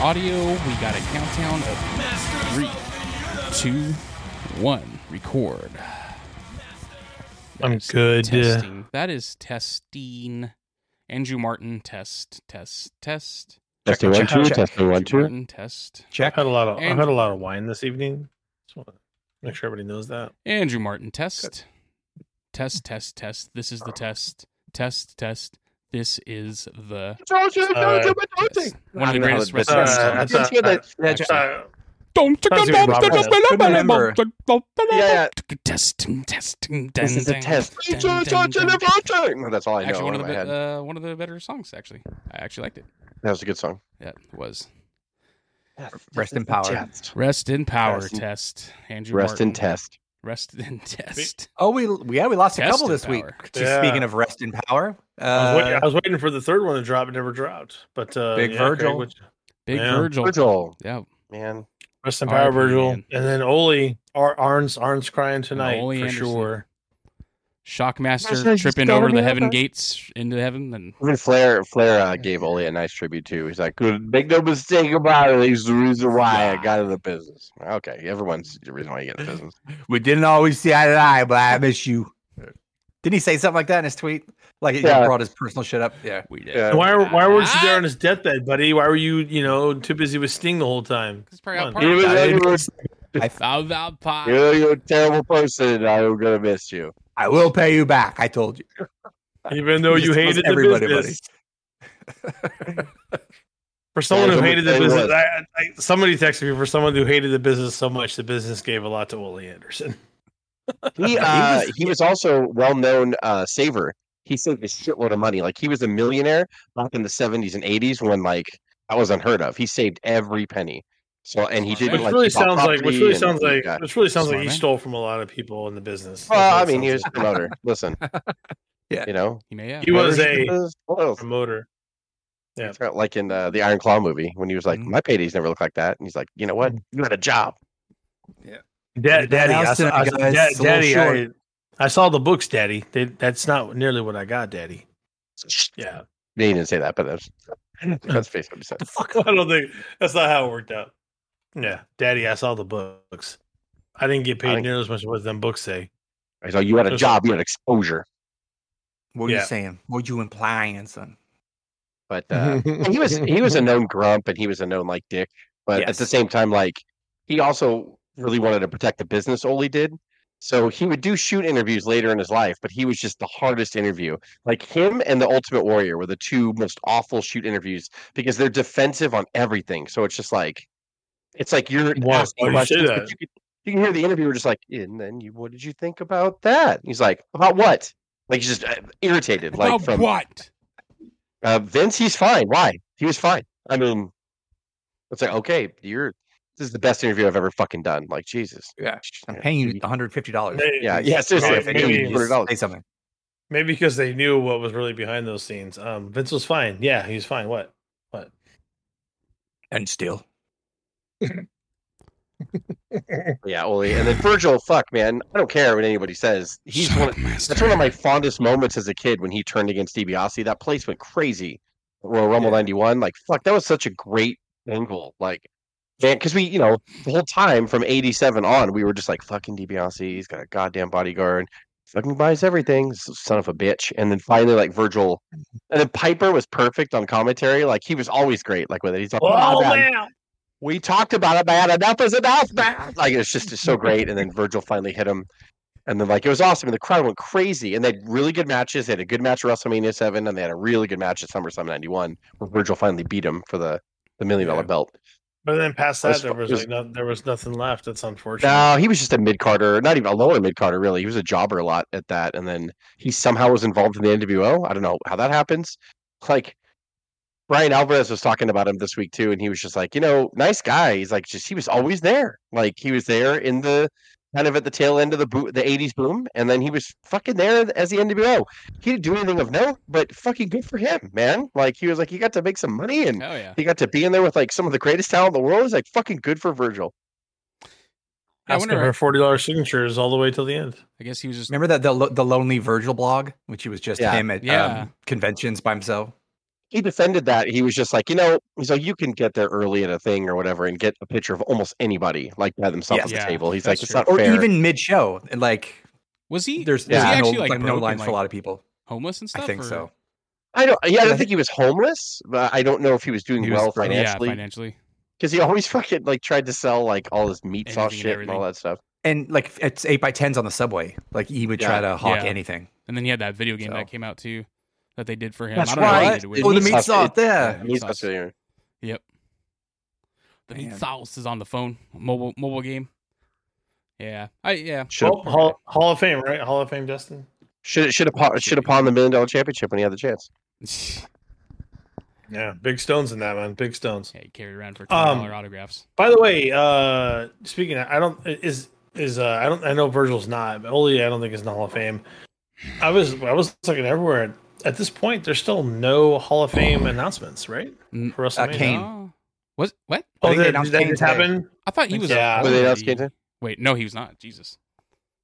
audio. We got a countdown of three, two, one. Record. I'm is good. Testing. That is testing. Andrew Martin, test, test, test. Test Check, one check, two, check. test one Andrew two. Martin, test. I've had a lot of And- I've had a lot of wine this evening. Just want to make sure everybody knows that. Andrew Martin, test. Test, test, test. This is the test. Test, test. This is the test. Uh, One of the I know greatest that this restaurants. is- of all time. that's- uh, uh, Don't Sounds like Robert Yeah, Test, test, This is a test. No, That's all I know. Actually, one of the in my head. be- uh, one of the better songs. Actually, I actually liked it. that was a good song. Yeah, it was. Rest in power. Test. Rest in power Rest in- test. Andrew Rest in Martin. test. Rest in test. Oh, we yeah, we lost Test a couple in this week. power. Just Yeah. speaking of rest in power, I, was wait- uh, I was waiting for the third one to drop. It never dropped. But uh, Big yeah, Craig, Virgil. which- Big Yeah. Virgil. Virgil, Yeah, man. rest in R.I.P., power, Virgil. man. And then Oli, Ar- Arn's Arn's crying tonight Ole for Anderson. sure. That's Shockmaster right, tripping he's over the gotta be heaven up there. gates into heaven, and Even Flair, Flair uh, gave Ole a nice tribute too. He's like, "Good- "Make no mistake about it. He's the reason why I got in the business." Okay, everyone's the reason why you get in the business. we didn't always see eye to eye, but I miss you. Didn't he say something like that in his tweet? Like he Yeah. brought his personal shit up. Yeah, we did. Yeah. And why why weren't you there Ah! on his deathbed, buddy? Why were you you know too busy with Sting the whole time? It's probably out Come on. You partying. was I like, didn't- "You're- Thou thou pie. You're, you're a terrible person. I'm gonna miss you. I will pay you back. I told you. Even though He you just loves hated the everybody, buddy. business. For someone Yeah, who so hated the it business, was. I, I, somebody texted me for someone who hated the business so much, the business gave a lot to Ole Anderson. He uh, he was also well known uh, saver. He saved a shitload of money. Like he was a millionaire back in the seventies and eighties when like that was unheard of. He saved every penny. So and he Which didn't Which like really keep on sounds like which property really and- sounds like yeah. which really sounds Smart like he man. stole from a lot of people in the business. Well, I That's what it mean, he was sounds a promoter. Listen, Yeah. you know, He may have. He was a- promoters- like. promoter. yeah. Mm-hmm. It's not like in uh, the Iron Claw movie when he was like, Mhm. "My paydays never look like that," and he's like, "You know what? You had a job." Da- Big daddy, I house saw, I tonight, saw- guys. Da- It's a little daddy, I, I saw the books, daddy. They, that's not nearly what I got, daddy. Yeah, He didn't say that, but that's that's basically what he said. I don't think that's not how it worked out. Yeah, daddy, I saw the books. I didn't get I paid think- nearly as much as what them books say. He's like, "You had a There's- job. You had exposure." What are Yeah. you saying? What are you implying, son? But uh, And he was he was a known grump and he was a known like dick, but at the Yes. same time, like he also really wanted to protect the business. Ole did, so he would do shoot interviews later in his life, but he was just the hardest interview. Like him and the Ultimate Warrior were the two most awful shoot interviews because they're defensive on everything. So it's just like it's like you're Why- asking why do you say questions, but that? you, can, you can hear the interviewer just like, and then you, what did you think about that? He's like, about what? Like he's just uh, irritated, like About from what? uh, Vince, he's fine. Why? He was fine. I mean, it's like, okay, you're this is the best interview I've ever fucking done. Like, Jesus. Yeah, I'm paying you 150 dollars. Yeah, yeah, seriously. Right, if I maybe gave you he's- $200. Say something. Maybe because they knew what was really behind those scenes. Um, Vince was fine. Yeah, he was fine. What? And still, Yeah, Ole. And then Virgil, fuck, man. I don't care what anybody says. He's one of, that's one of my fondest moments as a kid when he turned against DiBiase. That place went crazy. Royal Rumble 91. Like, fuck, that was such a great angle. Like, man, because we, you know, the whole time from 87 on, we were just like, fucking DiBiase. He's got a goddamn bodyguard. Fucking buys everything. s- Son of a bitch. And then finally, like, Virgil. And then Piper was perfect on commentary. Like, he was always great. Like, with it. He's like, "Oh, man, we talked about it, man. Enough is enough, man. Like it's just it's so great. And then Virgil finally hit him, and then like it was awesome. And the crowd went crazy. And they had really good matches. They had a good match at WrestleMania Seven, and they had a really good match at SummerSlam '91, where Virgil finally beat him for the the million dollar Yeah. belt. But then past That's that, there fu- was just- like no, there was nothing left. That's unfortunate. No, he was just a mid carter, not even a lower mid carter, really. He was a jobber a lot at that, and then he somehow was involved in the NWO. I don't know how that happens. Like Brian Alvarez was talking about him this week too, and he was just like, you know, nice guy. He's like, just he was always there. Like he was there in the kind of at the tail end of the bo- the '80s boom, and then he was fucking there as the NWO. He didn't do anything of note, but fucking good for him, man. Like he was like, he got to make some money and. Hell Oh, yeah. He got to be in there with like some of the greatest talent in the world. It's like fucking good for Virgil. I asking wonder. for forty dollars signatures all the way till the end. I guess he was just. remember that the lo- the lonely Virgil blog, which he was just Yeah. him at Yeah. um, conventions by himself. he defended that. He was just like, you know, he's like, you can get there early at a thing or whatever and get a picture of almost anybody like by themselves at Yeah, the table. He's like, that's it's true. not or fair. even mid-show, and like Was he? there's was there's he no, actually like, like, no broke and, lines for a like, lot of people. homeless and I stuff. think or- so. I don't. Yeah, I Yeah, don't think he was homeless, but I don't know if he was doing He was well broke. Yeah, financially financially. because he always fucking like tried to sell like all his meat Anything and sauce shit and, everything. all that stuff. And like it's eight by tens on the subway. Like he would try Yeah. to hawk Yeah. anything. And then he had that video game So. that came out too that they did for him. That's I don't know what right. they did with Oh, the it. meat sauce- sauce. Yeah. Yeah. Meat Meat sauce. sauce. yeah. The meat Man. sauce is on the phone. Mobile mobile game. Yeah. I yeah. Should Hall, Hall, Hall of Fame, right? Hall of Fame, Justin. should should have should have pawned the million dollar championship when he had the chance. Yeah, big stones in that man. Big stones. yeah, he carried around for ten Um, dollar autographs. By the way, uh speaking, of, I don't is is uh I don't I know Virgil's not, but only I don't think is in the Hall of Fame. I was I was looking everywhere. At this point, there's still no Hall of Fame announcements, right? Mm, For WrestleMania. Kane. Oh. Was what? I Oh, think they that, announced that Kane just today. happened. I thought he was Yeah. Were they announced already- Kane too? Wait, no, he was not. Jesus.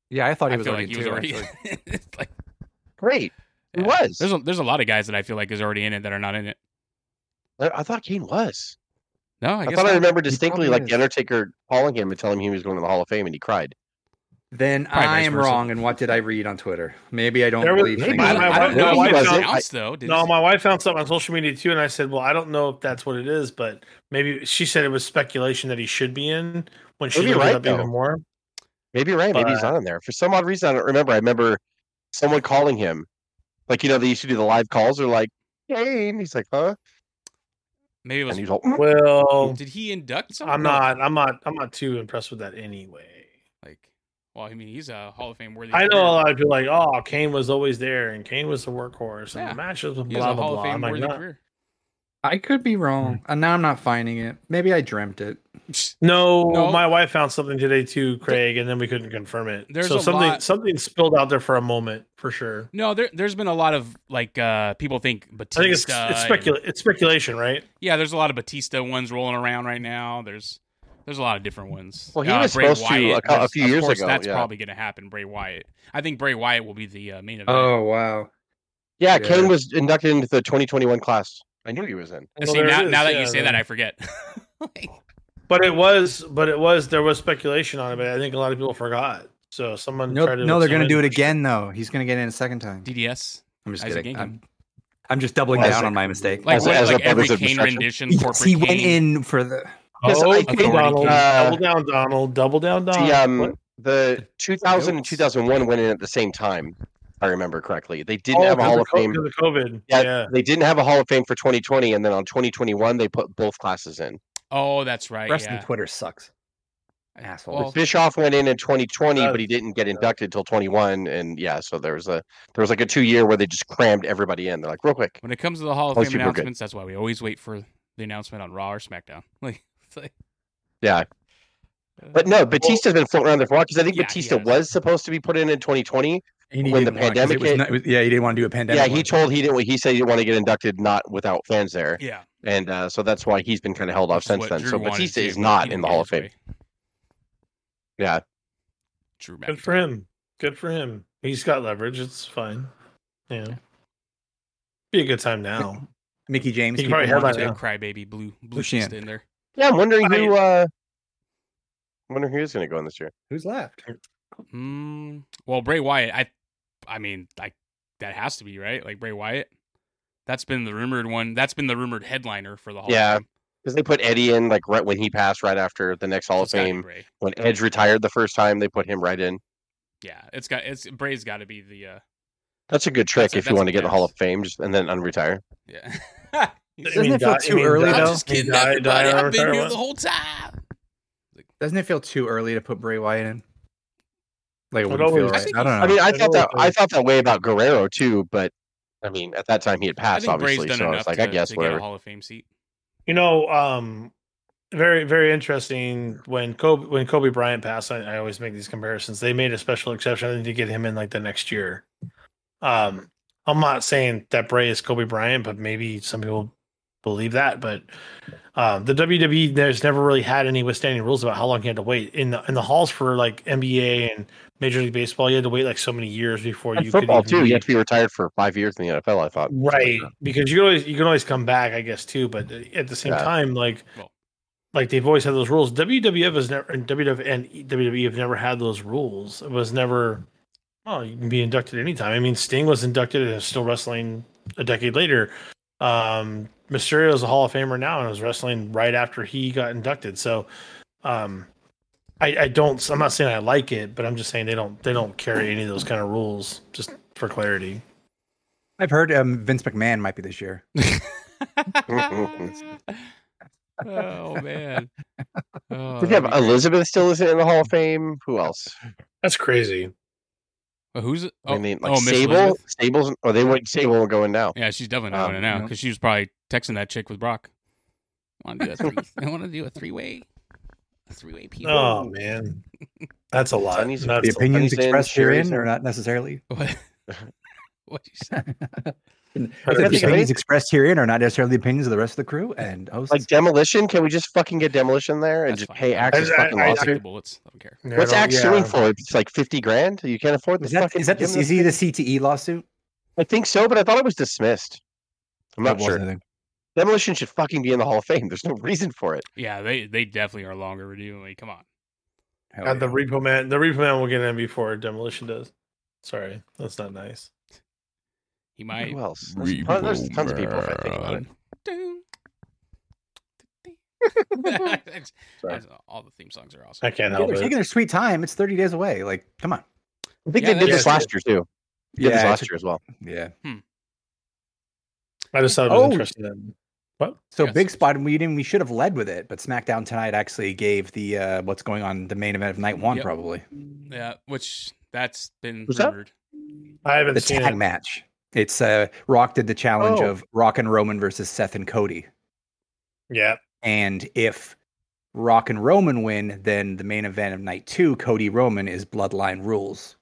Yeah, I thought I he was feel already like he was too, already actually. It's like- Great, he yeah. was. There's a there's a lot of guys that I feel like is already in it that are not in it. I I thought Kane was. No, I I, guess thought I not. remember distinctly, probably like is. the Undertaker calling him and telling him he was going to the Hall of Fame, and he cried. Then Probably I vice am versa. wrong. And what did I read on Twitter? Maybe I don't There was- believe maybe things. my- like my that. I don't wife- know no, if I he was wasn't. announced though. Did No, my wife found something on social media too, and I said, "Well, I don't know if that's what it is, but maybe she said it was speculation that he should be in." When she Maybe you're looked it right, up though. even more, Maybe you're right. Maybe he's But- not in there for some odd reason. I don't remember. I remember someone calling him, like you know they used to do the live calls. They're like Kane. He's like, huh? maybe it And was. he's all, "Mm." well, Did he induct someone? I'm No. not, I'm not, I'm not too impressed with that anyway. Like, well, I mean, he's a Hall of Fame worthy. I know career. a lot of people like, oh, Kane was always there, and Kane was the workhorse, and Yeah. the matches with He has blah a Hall blah blah. of I'm Fame like, worthy "Nah." career. I could be wrong. And now I'm not finding it. Maybe I dreamt it. no, No. my wife found something today too, Craig, and then we couldn't confirm it. There's so a something lot- something spilled out there for a moment for sure. No, there, there's been a lot of like uh, people think I Batista. think it's it's, and- specula- it's speculation, right? yeah, there's a lot of Batista ones rolling around right now. There's there's a lot of different ones. Well, he Uh, was Bray supposed to Wyatt a cou- a was- few of years course, ago, That's yeah. probably going to happen. Bray Wyatt. I think Bray Wyatt will be the uh, main event. Oh wow. yeah, Yeah. Kane was inducted into the 2021 class. I knew he was in. And Well, See, there now, it is, now that yeah, you say there- that, I forget. Like, But it was, but it was, there was speculation on it, but I think a lot of people forgot. So someone No, tried to. no, they're gonna someone- do it again though. He's gonna get in a second time. DDS. I'm just Isaac kidding. Yankem. I'm, I'm just doubling Well, down Isaac- on my mistake. Like, As- what, as like a every public Kane obstruction. rendition, Yes, corporate he went Kane. in for the Yes, Oh, I okay, think- Donald, Uh, double down, Donald, double down, Donald. The um the 2000 and Notes. 2001 went in at the same time. if I remember correctly. They didn't Oh, have a 'cause Hall of co- Fame. 'cause of COVID. Yeah, Yeah, They didn't have a Hall of Fame for 2020, and then on 2021 they put both classes in. Oh, that's right. rest yeah. of Twitter sucks. Asshole. Well, Bischoff went in in 2020, Uh, but he didn't get inducted till 21, and yeah, so there was a there was like a two year where they just crammed everybody in. They're like, real quick, When it comes to the Hall of Most Fame people are good. announcements, that's why we always wait for the announcement on Raw or SmackDown. Like, it's like- yeah. But no, Batista's been floating around there for a while because I think Yeah, he Batista has. was supposed to be put in in 2020. And he when the didn't want it 'cause pandemic it was hit- not- it was- yeah, he didn't want to do a pandemic. yeah, he told he didn't. He said he didn't want to get inducted, not without fans there, yeah, and uh, so that's why he's been kind of held off which is since what then. Drew So wanted Batista to, is but he not didn't in the get Hall of his Fame. way. Yeah, Drew good for McIntyre. him. Good for him. He's got leverage. It's fine. Yeah, be a good time now. Mickey James. He people probably had want that Put to- that yeah. crybaby blue blue Lucian. Batista in there. yeah. I'm wondering I- who. Uh, I'm wondering who's going to go in this year. Who's left? Mm, well, Bray Wyatt. I, I mean, I that has to be right. Like Bray Wyatt. That's been the rumored one. That's been the rumored headliner for the Hall. Yeah, of Fame. Because they put Eddie in like right when he passed, right after the next Hall So of it's gotta be Fame. Bray. When Edge retired the first time, they put him right in. Yeah, it's got it's Bray's got to be the uh That's a good trick That's a- if you that's a want to get in the Hall guess. of Fame, just and then unretire. yeah. Doesn't it feel die- too early, die- though? I'm know? just kidding, die- die everybody. on I've been here retirement? the whole time. Doesn't it feel too early to put Bray Wyatt in? Like it It wouldn't feel always- I right. think Uh, I don't know. I mean, I I'd thought that always I been- thought that way about Guerrero too, but I mean, at that time he had I passed, think Bray's obviously. done So I enough was like, to, I guess to get a whatever. Hall of Fame seat. You know, um, very very interesting. When Kobe when Kobe Bryant passed, I, I always make these comparisons. They made a special exception I think, to get him in like the next year. Um, I'm not saying that Bray is Kobe Bryant, but maybe some people believe that. But um, the WWE has never really had any withstanding rules about how long you had to wait in the in the halls for like NBA and Major League Baseball. You had to wait like so many years before And you football could even too. be- You have to be retired for five years in the NFL. I thought. right because you always you can always come back i guess too but at the same Yeah. time like Well- like they've always had those rules wwf has never and wwf and wwe have never had those rules it was never well you can be inducted anytime i mean sting was inducted and is still wrestling a decade later um mysterio is a hall of famer now and was wrestling right after he got inducted so um I, I don't i'm not saying i like it but i'm just saying they don't they don't carry any of those kind of rules just for clarity I've heard um, Vince McMahon might be this year. oh man. Oh, Did you have that'd be- Elizabeth still is in the Hall of Fame? Who else? that's crazy Oh, who's it? I Oh, mean, like oh, Miss Sable. Elizabeth? Sable's. Oh, they went. Sable will go in now. Yeah, she's definitely not Um, winning now no. because she was probably texting that chick with Brock. I want to do a three. I want to do a three way. Three way people. Oh man, that's a lot. Sunny's- That's The a- opinions Sunny's in, expressed Sherry's in. herein are not necessarily. What? What'd you say? I said think the of opinions any- expressed herein are not necessarily the opinions of the rest of the crew and hosts. Like demolition. Can we just fucking get demolition there and That's just fine. pay Axe his I- fucking I- I'll take lawsuit? the bullets. I don't care. Yeah, I What's don't- Axe yeah. suing for? It's like fifty grand. You can't afford this. is that fucking is that the, give him is he the CTE lawsuit? I think so, but I thought it was dismissed. I'm That not was sure. the thing. Demolition should fucking be in the Hall of Fame. There's no reason for it. Yeah, they they definitely are long overdue. Like, come on. Hell God, the yeah. repo man, the repo man will get in before demolition does. Sorry, that's not nice. He might. Who else? There's, ton- there's tons of people if I think about it. That's- Sorry. that's- all the theme songs are awesome. I can't Yeah, help they're it. taking their sweet time. It's 30 days away. Like, come on. I think Yeah, they did that's this true. last year too. They did this Yeah, last it's- year as well. yeah. I just thought it was Oh. interesting. So Yes. big spot, and we didn't. We should have led with it, but SmackDown tonight actually gave the uh, what's going on the main event of night one Yep. probably Yeah, which that's been What's that? rumored. I haven't the seen tag it. match. It's uh, Rock did the challenge Oh. of Rock and Roman versus Seth and Cody, Yeah, and if Rock and Roman win, then the main event of night two, Cody Roman is Bloodline rules,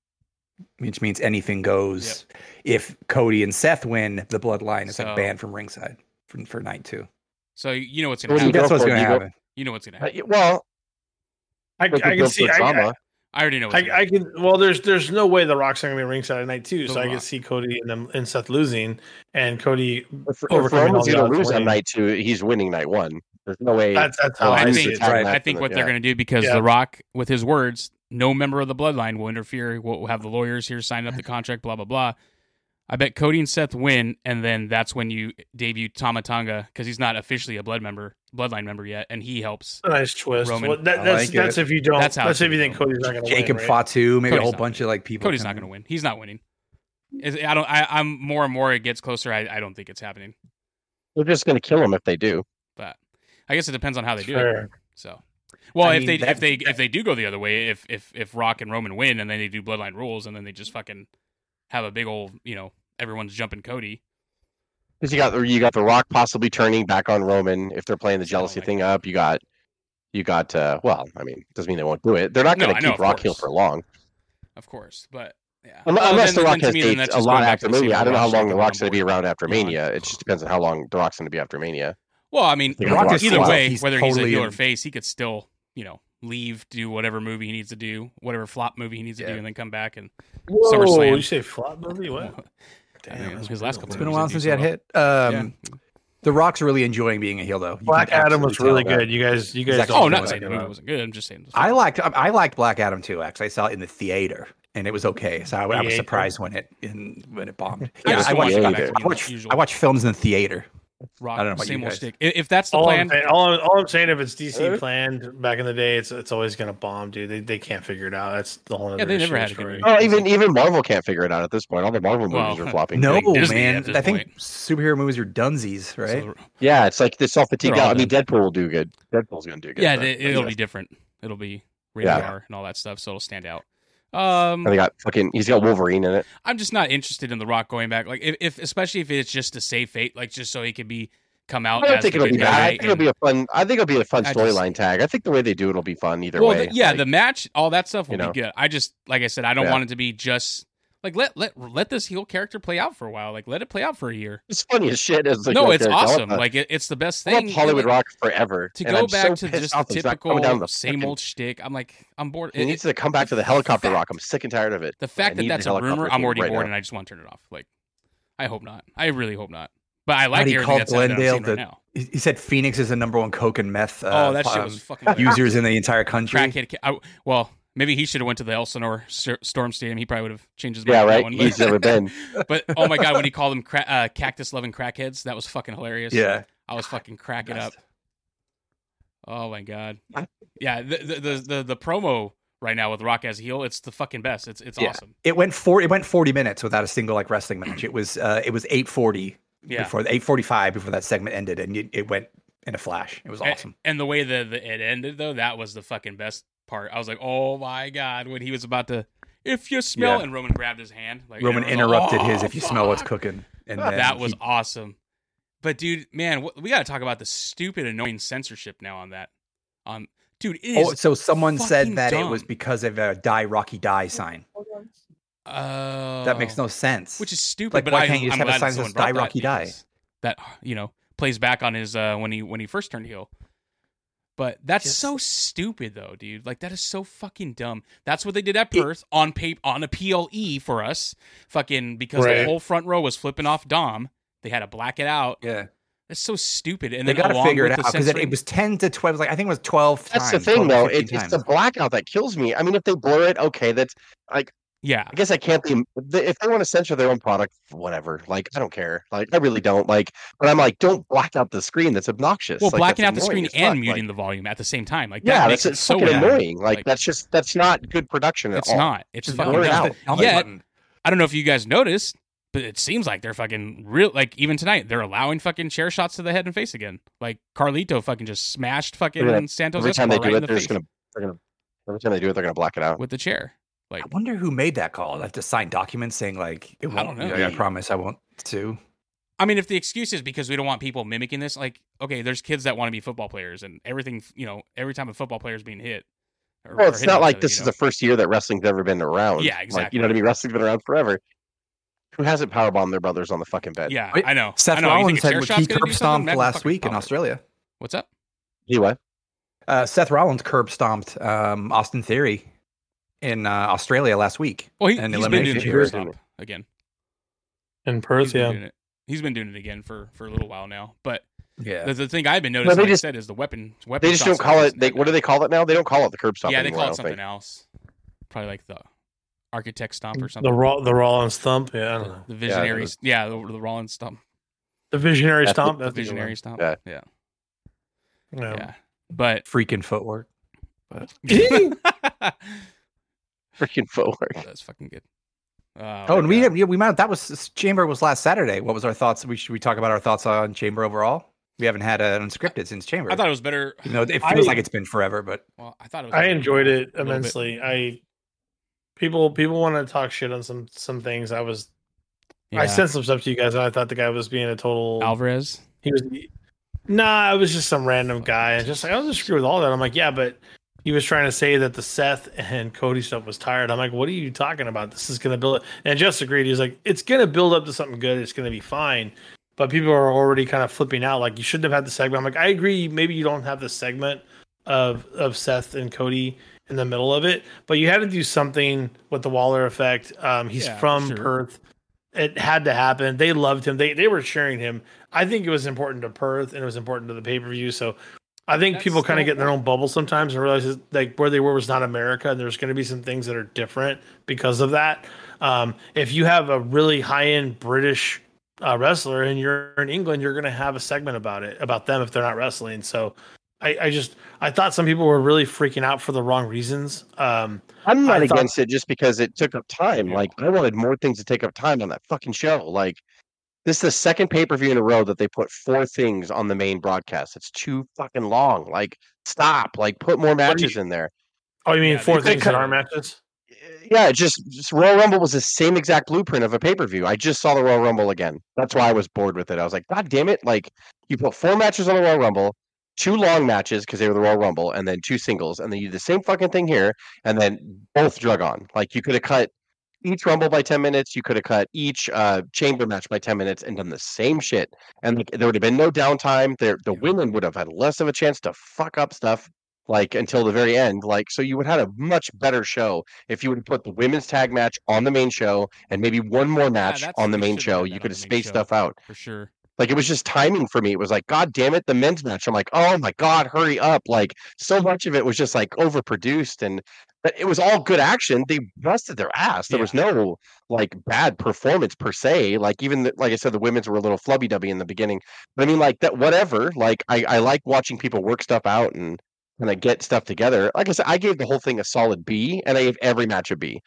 which means anything goes. If Cody and Seth win, the Bloodline is So- like banned from ringside for, for night two. So you know what's What gonna do you happen. That's go what's for it, going to you go- happen. You know what's gonna Uh, happen. y- Well, I, I they could go can for see. I, I, drama. I already know. What's I, gonna happen. can. Well, there's there's no way the Rock's not gonna be ringside at night too. The So I can Rock. see Cody and them and Seth losing, and Cody. If, if overcoming all Roman's the gonna odds lose on winning. night two, he's winning night one. There's no way. That's that's how Well, I, I see think it. tag right. match I for think them, what they're yeah. going to do because Yeah. The Rock, with his words, no member of the bloodline will interfere. We'll have the lawyers here sign up the contract. Blah blah blah. I bet Cody and Seth win, and then that's when you debut Tamatanga because he's not officially a blood member, bloodline member yet, and he helps. A nice twist. Roman. Well, that, I that's like that's if you don't. That's That's, how it's if you gonna think go. Cody's not gonna Jacob win. right? Fatu, maybe Cody's a whole not bunch of like people. Cody's not come going to in. win. He's not winning. Is- I don't. I, I'm more and more it gets closer. I, I don't think it's happening, They're just gonna kill him if they do. but I guess it depends on how they do it. Fair. So, well, I if mean, they that- if they if they do go the other way, if if if Rock and Roman win, and then they do Bloodline rules, and then they just fucking have a big old you know everyone's jumping Cody. Because you got you got the Rock possibly turning back on Roman if they're playing the See, I don't jealousy like thing that. up. You got you got uh, well, I mean, doesn't mean they won't do it. They're not No, going I to know, keep of Rock heel course. for long, Of course, but yeah. Unle- Well, unless then- the Rock then to has me, then dates that's a just lot going back to after the same Mania. I don't know how old long the shit Rock's that going to we're be on. around after Come on. Mania. It just depends on how long the Rock's going to be after Mania. Well, I mean, The Rock- Rock is either wild. way, He's whether he's a totally heel or in- face, he could still you know leave, do whatever movie he needs to do, whatever flop movie he needs to Yeah. do, and then come back and Whoa, SummerSlam. Oh, you say flop movie? What? I Damn, mean, that's his last couple brutal. It's been a movies while they do since he had so hit. Um, The Rock's really enjoying being a heel, though. You can Black Adam was really absolutely tell that. good. You guys, you guys. Exactly. don't well. Oh, know not what saying the I'm movie talking wasn't good. I'm just saying. I liked I- I liked Black Adam too. Actually, I saw it in the theater, and it was okay. So I, I Yeah, was yeah. surprised when it in, when it bombed. I Yeah, just I don't want watch it to watched go back it. to I being watch the usual I watch films in the theater. Rock, I don't know about same you old guys. stick. I- If that's the all, plan, I'm saying, all, I'm, all I'm saying, if it's Huh? DC planned back in the day, it's it's always gonna bomb, dude. They, they can't figure it out. That's the whole. Yeah, other they never issue had a good story. movie. Oh, even even Marvel can't figure it out at this point. All the Marvel movies Well, are flopping. No big. Disney at man, this I think point. superhero movies are dunsies, so right? the- Yeah, it's like the self fatigue. They're all I mean, Deadpool will do good. Deadpool's going to do good. yeah, but- it, but it'll yeah. be different. It'll be rated Yeah. R and all that stuff, so it'll stand out. Um, And they got fucking. He's got Wolverine in it. I'm just not interested in The Rock going back. Like, if, if especially if it's just to save fate, like just so he could be come out. I don't as think the it'll be good bad. guy I think it'll and- be a fun. I think it'll be a fun I just- storyline tag. I think the way they do it'll be fun either well, way. the- yeah, Like, the match, all that stuff will you know. be good. I just, like I said, I don't Yeah. want it to be just Like let let let this heel character play out for a while. Like let it play out for a year. It's funny as shit. As like, no, like, it's they're- I love awesome. that. Like it, it's the best I love thing. Hollywood And, like, Rock forever. To and go I'm so back to pissed just off the he's not coming down typical the same fucking- old shtick. I'm like I'm bored. He It- needs it- to come back to the helicopter fact- rock. I'm sick and tired of it. the fact that need the that's a helicopter rumor, team I'm already right bored, now. and I just want to turn it off. Like I hope not. I really hope not. But I do like you everything call that's happening Glendale on the scene the- right now. He he said Phoenix is the number one coke and meth uh, oh, that shit was um, fucking hilarious. users in the entire country. crackhead. ki- I, well, maybe he should have went to the Elsinore Stor- Storm Stadium. He probably would have changed his mind. Yeah, on that right. one, but- He's never been. but oh my god, when he called them cra- uh, cactus loving crackheads, that was fucking hilarious. Yeah, I was fucking cracking Best. up. Oh my god. Yeah, the the the, the, the promo right now with Rock as a heel, it's the fucking best. It's it's Yeah. awesome. it went four. It went forty minutes without a single like wrestling match. It was uh, it was eight forty Yeah. before eight forty five before that segment ended, and it, it went in a flash. It was A- awesome. And, the way that the, it ended though, that was the fucking best part. I was like, "Oh my god," when he was about to if you smell Yeah. and Roman grabbed his hand. Like Roman everyone's like, interrupted his. "Oh, If you smell what's fuck." cooking, and then That was he- awesome. But dude, man, wh- we got to talk about the stupid annoying censorship now on that. On dude, it is Oh, so someone fucking said that it was dumb. because of a die Rocky die sign. Oh, That makes no sense. Which is stupid. Like, but why I, can't you just I'm have a glad sign that someone says "Die brought Rocky, that die"? because That you know plays back on his uh, when he when he first turned heel. But that's Just- so stupid, though, dude. Like that is so fucking dumb. That's what they did at It- Perth on paper on a PLE for us, fucking because the Right. whole front row was flipping off Dom. They had to black it out. yeah, That's so stupid. And they then got to along figure it with out the because censoring, it was ten to twelve. Like I think it was twelve. That's times, the thing, 12 to though. 15 It, it's times. the blackout that kills me. I mean, if they blur it, okay, that's. yeah. I guess I can't be. If they want to censor their own product, whatever. Like, I don't care. Like, I really don't. Like, but I'm like, don't black out the screen. That's obnoxious. Well, Like, blacking that's out the annoying screen as and fuck. muting Like, the volume at the same time, like yeah, that that's makes it it's so fucking annoying. annoying. Like, Like- that's just that's not good production at It's all. not. It's Just fucking blur it dumb. out. Yeah, I don't know if you guys noticed, but it seems like they're fucking real. Like even tonight, they're allowing fucking chair shots to the head and face again. Like Carlito fucking just smashed fucking Yeah. Santos Every time they Escobar right do it, in the they're face just gonna they're gonna every time they do it, they're gonna black it out. with the chair. I wonder who made that call. I have to sign documents saying like it I won't. don't know. like, I promise I won't sue. I mean, if the excuse is because we don't want people mimicking this, like okay, there's kids that want to be football players, and everything you know, every time a football player is being hit. or- Well, or it's hitting each not like other, this you is know? the first year that wrestling's ever been around. Yeah, Like, you know what I mean? Wrestling's been around forever. Who hasn't powerbombed their brothers on the fucking bed? Yeah, Wait, I know. I Seth know. You think Rollins a had chair what shot's he gonna do curb something? stomped Imagine last fucking week in popping. Australia. What's up? He what? Uh, Seth Rollins curb stomped um, Austin Theory in uh, Australia last week. Well, he, And has been doing Elimination the chair Chamber. stomp again. in He's Perth. been Yeah, doing it. He's been doing it again for for a little while now, but. Yeah. The, the thing I've been they noticing, like I just- said, is the weapon. weapon They just shots don't call that it. They what do they call it now? They don't call it the curb stop Yeah, they anymore. call I it don't something think. else. Probably like the architect stomp or the something. raw the Rollins thump. Yeah, I don't The, know the visionary, yeah, the, the Rollins stomp, the visionary That's stomp. the That's a good visionary stomp. Yeah, Yeah. yeah. one. Yeah. But Freaking footwork. that's Freaking footwork. fucking good. Uh, Oh, and we have didn't, yeah, we might that was Chamber was last Saturday. What was our thoughts? We should we talk about our thoughts on Chamber overall? We haven't had an unscripted since Chamber. I thought it was better. you know, it feels I- like it's been forever, but Well, I thought it was. I better enjoyed it a little bit. immensely. I people people want to talk shit on some some things. I was I Yeah. sent some stuff to you guys, and I thought the guy was being a total. Alvarez. He was nah. It was just some random guy. It's just like I'll just screw with all that. I'm like, yeah, but he was trying to say that the Seth and Cody stuff was tired. I'm like, what are you talking about? This is gonna build it. And Jess agreed. He's like, it's gonna build up to something good. It's gonna be fine. But people are already kind of flipping out. Like you shouldn't have had the segment. I'm like, I agree. Maybe you don't have the segment of of Seth and Cody in the middle of it, but you had to do something with the Waller effect. Um, he's Yeah, from sure. Perth. It had to happen. They loved him. They they were cheering him. I think it was important to Perth and it was important to the pay per view. So I think That's people kind still- of get in their own bubble sometimes and realize that, like where they were was not America, and there's going to be some things that are different because of that. Um, if you have a really high end British uh, wrestler and you're in England, you're going to have a segment about it about them if they're not wrestling. So I, I just I thought some people were really freaking out for the wrong reasons. Um, I'm not I thought- against it just because it took up time. Yeah. Like I wanted more things to take up time on that fucking show. Like this is the second pay per view in a row that they put four things on the main broadcast. It's too fucking long. Like stop. Like put more matches in there. oh, you mean Yeah, they- four they things in cut- our matches? Yeah, it just, just Royal Rumble was the same exact blueprint of a pay per view. I just saw the Royal Rumble again. That's why I was bored with it. I was like, God damn it! Like you put four matches on the Royal Rumble, two long matches because they were the Royal Rumble, and then two singles, and then you did the same fucking thing here, and then both drug on. Like you could have cut each rumble by 10 minutes. You could have cut each uh, chamber match by 10 minutes and done the same shit. And like, there would have been no downtime. There, the women would have had less of a chance to fuck up stuff like until the very end. Like, so you would have had a much better show if you would have put the women's tag match on the main show and maybe one more match that's- on the they main should've show. done You that could on have the main spaced show. stuff out. for sure. Like it was just timing for me. It was like, God damn it, the men's match. I'm like, oh my God, hurry up. Like so much of it was just like overproduced and but it was all good action. They busted their ass. There Yeah. was no like bad performance per se. Like even the, like I said, the women's were a little flubby dubby in the beginning. But I mean, like that, whatever. Like I, I like watching people work stuff out and kind of get stuff together. Like I said, I gave the whole thing a solid B, and I gave every match a B.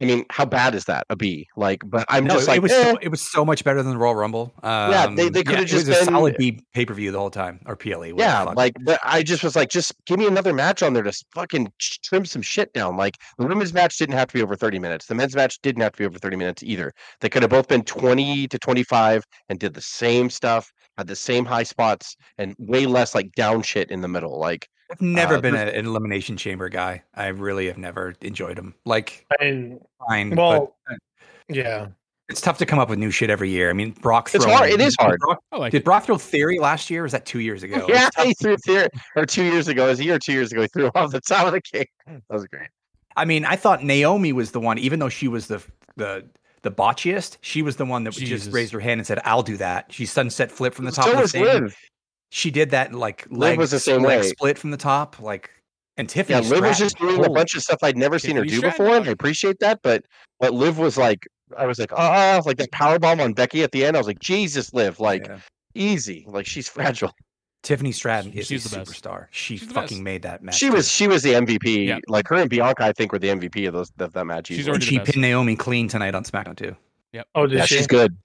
I mean, how bad is that? A B? Like, but I'm no, just it, like, it was eh. so, it was so much better than the Royal Rumble. Um, Yeah, they- they could've it just was a been- solid B pay per view the whole time or PLE. whatever the Yeah, fuck. like but I just was like, just give me another match on there to s- fucking ch- trim some shit down. Like the women's match didn't have to be over thirty minutes. The men's match didn't have to be over thirty minutes either. They could have both been twenty to twenty-five and did the same stuff, had the same high spots, and way less like down shit in the middle. Like I've never uh, been there's- a- an elimination chamber guy. I really have never enjoyed them. Like And fine, but well, yeah, it's tough to come up with new shit every year. I mean, Brock. It's throwing- hard- it is did hard. Brock- I like did it. Brock throw theory last year? Or was that two years ago? yeah, he threw it there or two years ago, it was a year or two years ago, he threw it off the top of the cake. That was great. I mean, I thought Naomi was the one, even though she was the the the botchiest. She was the one that Jesus. just raised her hand and said, "I'll do that." She sunset flip from the top so of the was thing. Liv. She did that like leg was the same leg way. split from the top, like and Yeah, Tiffany. Liv was Stratton, just doing a holy- bunch of stuff I'd never seen her Tiffany do Stratton, before, and I dog. appreciate that. But but Liv was like, I was like, ah, like that power bomb on Becky at the end. I was like, Jesus, Liv, like Yeah. easy, like she's fragile. Tiffany Stratton is She's a the best. superstar. She She's the fucking best. made that match. She was too. she was the MVP. Yeah. Like her and Bianca, I think, were the MVP of those of that match. She's easily. already And the she best. pinned Naomi clean tonight on SmackDown too. oh, did yeah, she? she's good.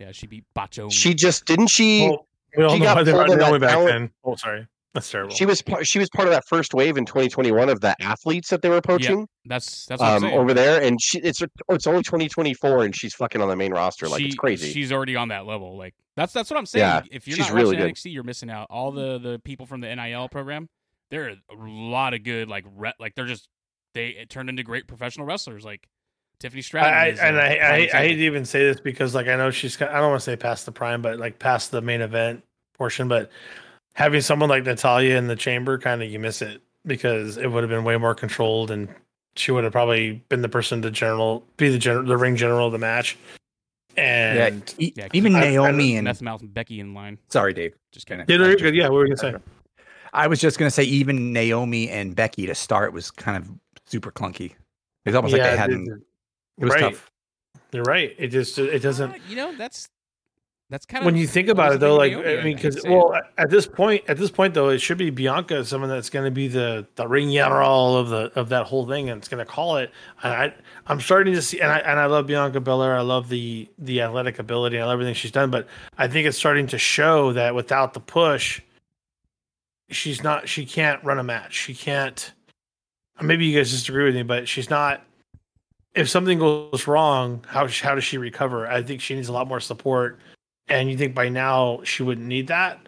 Yeah, she beat Bacho. She just didn't she. Well, we all she know got why they were pulled in Naomi that back talent- then. Oh, sorry, that's terrible. she was par- she was part of that first wave in 2021 of the athletes that they were poaching that's that's what I'm um, saying. over there, and she it's it's only 2024, and she's fucking on the main roster like it's She- crazy. She's already on that level. Like that's that's what I'm saying. Yeah, if you're she's not really watching good. NXT, you're missing out. All the the people from the NIL program, there are a lot of good like re- like they're just they it turned into great professional wrestlers. Like Tiffany I, Stratton. I is a and I, prime I, I example. hate to even say this because like I know she's got, I don't want to say past the prime, but like past the main event portion. But having someone like Natalia in the chamber, kind of you miss it because it would have been way more controlled, and she would have probably been the person to general be the general the ring general of the match. And yeah, e- Yeah, keep- even I- I Naomi and Meth Mouth and Becky in line. sorry, Dave. Just kidding. yeah, no, you're good. Yeah, what were you gonna say? I was just gonna say even Naomi and Becky to start was kind of super clunky. It's almost like Yeah, they hadn't. dude, It was right. tough. You're right. It just it doesn't. Uh, you know that's that's kind of when you think about was it the though like thing with Naomi, i mean I can because see it. well at- at this point at this point though it should be bianca someone that's going to be the the ring general of the of that whole thing and it's going to call it and i i'm starting to see and i and i love bianca belair i love the the athletic ability i love everything she's done but i think it's starting to show that without the push she's not she can't run a match she can't maybe you guys disagree with me but she's not if something goes wrong how how does she recover i think she needs a lot more support and you think by now she wouldn't need that.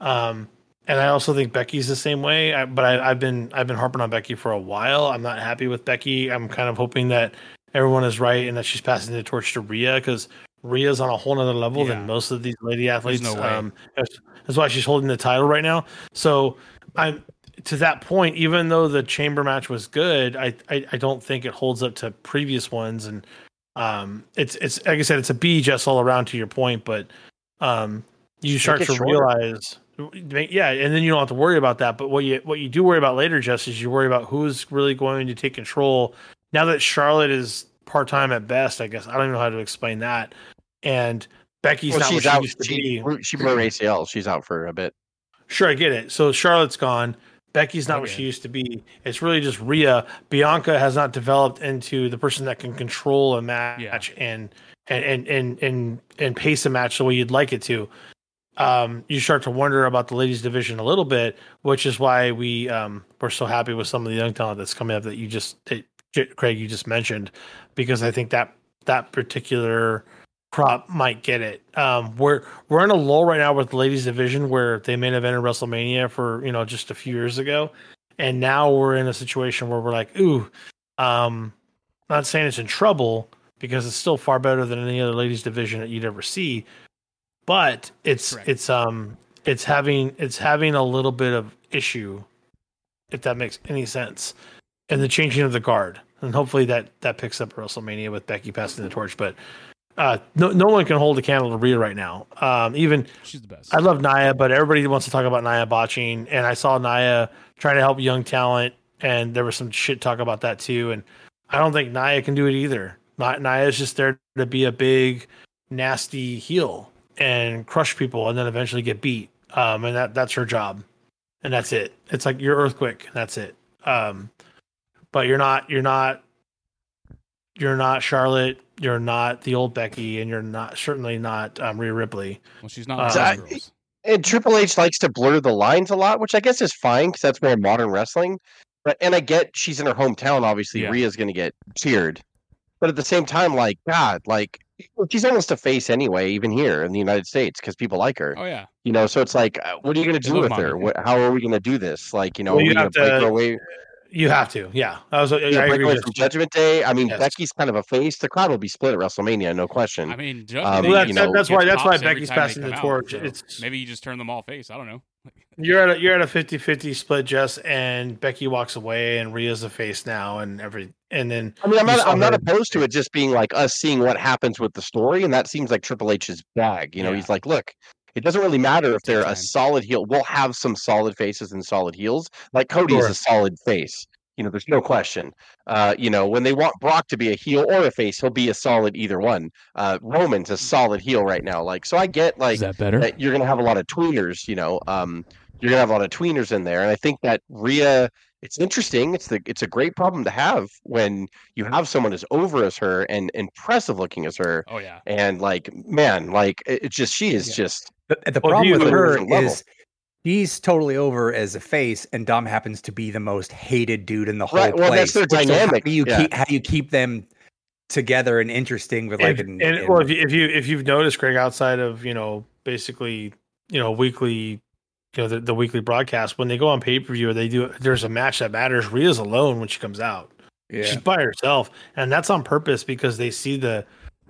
Um, and I also think Becky's the same way. I, but I, I've been I've been harping on Becky for a while. I'm not happy with Becky. I'm kind of hoping that everyone is right and that she's passing the torch to Rhea because Rhea's on a whole nother level Yeah. than most of these lady athletes. no way. um, that's, that's why she's holding the title right now. So I'm to that point. Even though the chamber match was good, I I, I don't think it holds up to previous ones. And um, it's it's like I said, it's a B just all around to your point, but um, you start it to shorter. realize, yeah, and then you don't have to worry about that. But what you what you do worry about later, Jess, is you worry about who's really going to take control. Now that Charlotte is part time at best, I guess I don't even know how to explain that. And Becky's Well, not she's what she out. used to She, be. she blew her ACL. She's out for a bit. Sure, I get it. So Charlotte's gone. Becky's not what Okay. she used to be. It's really just Rhea. Bianca has not developed into the person that can control a match and, and and and and and pace a match the way you'd like it to. Um, you start to wonder about the ladies division a little bit, which is why we um, we're so happy with some of the young talent that's coming up that you just that J- Craig you just mentioned, because I think that that particular crop might get it. Um, we're we're in a lull right now with the ladies division where they main evented WrestleMania for you know just a few years ago, and now we're in a situation where we're like, ooh, um, Not saying it's in trouble because it's still far better than any other ladies division that you'd ever see, but it's Correct. it's um it's having it's having a little bit of issue, if that makes any sense, and the changing of the guard, and hopefully that that picks up at WrestleMania with Becky passing the torch, but. Uh, no, no one can hold a candle to Rhea right now. Um, even She's the best. I love Naya, but everybody wants to talk about Naya botching. And I saw Naya trying to help young talent, and there was some shit talk about that too. And I don't think Naya can do it either. Not Naya's just there to be a big, nasty heel and crush people, and then eventually get beat. Um, and that that's her job, and that's it. It's like your earthquake. and That's it. Um, but you're not. You're not. You're not Charlotte. You're not the old Becky, and you're not certainly not um, Rhea Ripley. well, she's not uh, like those I- girls. And Triple H likes to blur the lines a lot, which I guess is fine because that's more modern wrestling. But and I get she's in her hometown. Obviously, Yeah. Rhea's going to get cheered, but at the same time, like God, like she's almost a face anyway, even here in the United States, because people like her. Oh yeah, You know, so it's like, uh, what are you going They to do love with her? Mommy. What, how are we going to do this? Like, you know, Well, are you we going have to break her to- away? You have to, yeah. I was, I, you know, I break agree away with from you. Judgment Day? I mean, Yes. Becky's kind of a face. The crowd will be split at WrestleMania, no question. I mean, Judgment Um, Day well, gets- that's- that's gets why- that's why pops every Becky's time they passing come the out, torch. so It's- maybe you just turn them all face. I don't know. You're at a, you're at a 50-50 split, Jess, and Becky walks away, and Rhea's the face now, and every and then I mean, I'm You not, saw I'm not her- opposed to it just being like us seeing what happens with the story, and that seems like Triple H's bag. You know, Yeah. he's like, look, it doesn't really matter if Take they're time. a solid heel. We'll have some solid faces and solid heels. Like Cody is Sure. a solid face. You know, there's no question. Uh, you know, when they want Brock to be a heel or a face, he'll be a solid either one. Uh, Roman's Mm. a solid heel right now. Like, so I get like that better? that you're going to have a lot of tweeners, you know. Um, you're going to have a lot of tweeners in there, and I think that Rhea, it's interesting. It's the it's a great problem to have when you have someone as over as her and impressive looking as her, oh yeah, and like man, like it, it's just she is Yeah. just The, the Well, problem you- with her Different level. is he's totally over as a face, and Dom happens to be the most hated dude in the whole Right, well, that's place. their So How dynamic, do you yeah. keep how do you keep them together and interesting with like if- an, and an- well, if you, if you if you've noticed, Greg, outside of you know basically you know weekly, you know the, the weekly broadcast when they go on pay per view, they do there's a match that matters. Rhea's alone when she comes out. yeah. She's by herself, and that's on purpose because they see the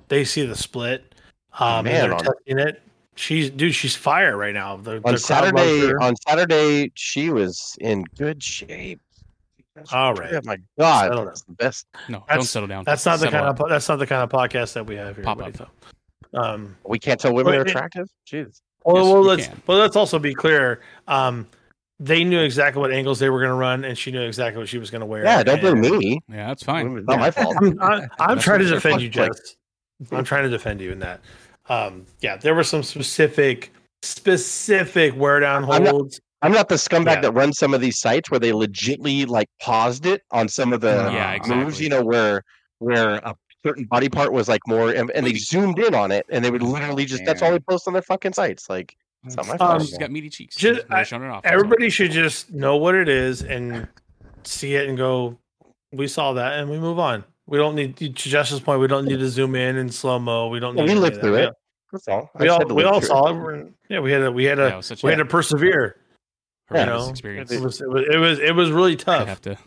they see the split. Um, man, and they're on- testing it. She's dude, she's fire right now. The, on the crowd loves Saturday. her. On Saturday, she was in good shape. All Oh right, my god, Settle that's the best. no, don't That's- settle down. that's not the Settle kind up. of that's not the kind of podcast that we have here. Pop buddy, up. though. Um, We can't tell women Well, are it- attractive. Jeez. well, Yes, well, we let's can. well let's also be clear. Um, they knew exactly what angles they were going to run, and she knew exactly what she was going to wear. Yeah, don't blame and- me. Yeah, that's fine. It's not my fault. I'm, I'm, I'm That's trying to what- defend you, like- Jess. I'm trying to defend you in that. Um, yeah, there were some specific specific wear down I'm not- holds. I'm not the scumbag Yeah. that runs some of these sites where they legitly like paused it on some of the Yeah, moves, exactly. you know, where where a certain body part was like more, and, and they zoomed in on it, and they would literally just—that's all they Man. post on their fucking sites. Like, it's not my Um, fault. She's got meaty cheeks. Just- Just, never I- showing it off. That's all. Everybody should just know what it is and see it and go. We saw that, and we move on. We don't need to Jess's point. We don't need to zoom in in slow mo. We don't. Yeah, need we any lived of through that. it. That's all. I We just all had to we live all through saw it. We're- Yeah, we had a we had Yeah, it a was such we had a to persevere. horrendous know, experience. It was it was it was, it was really I tough. have to.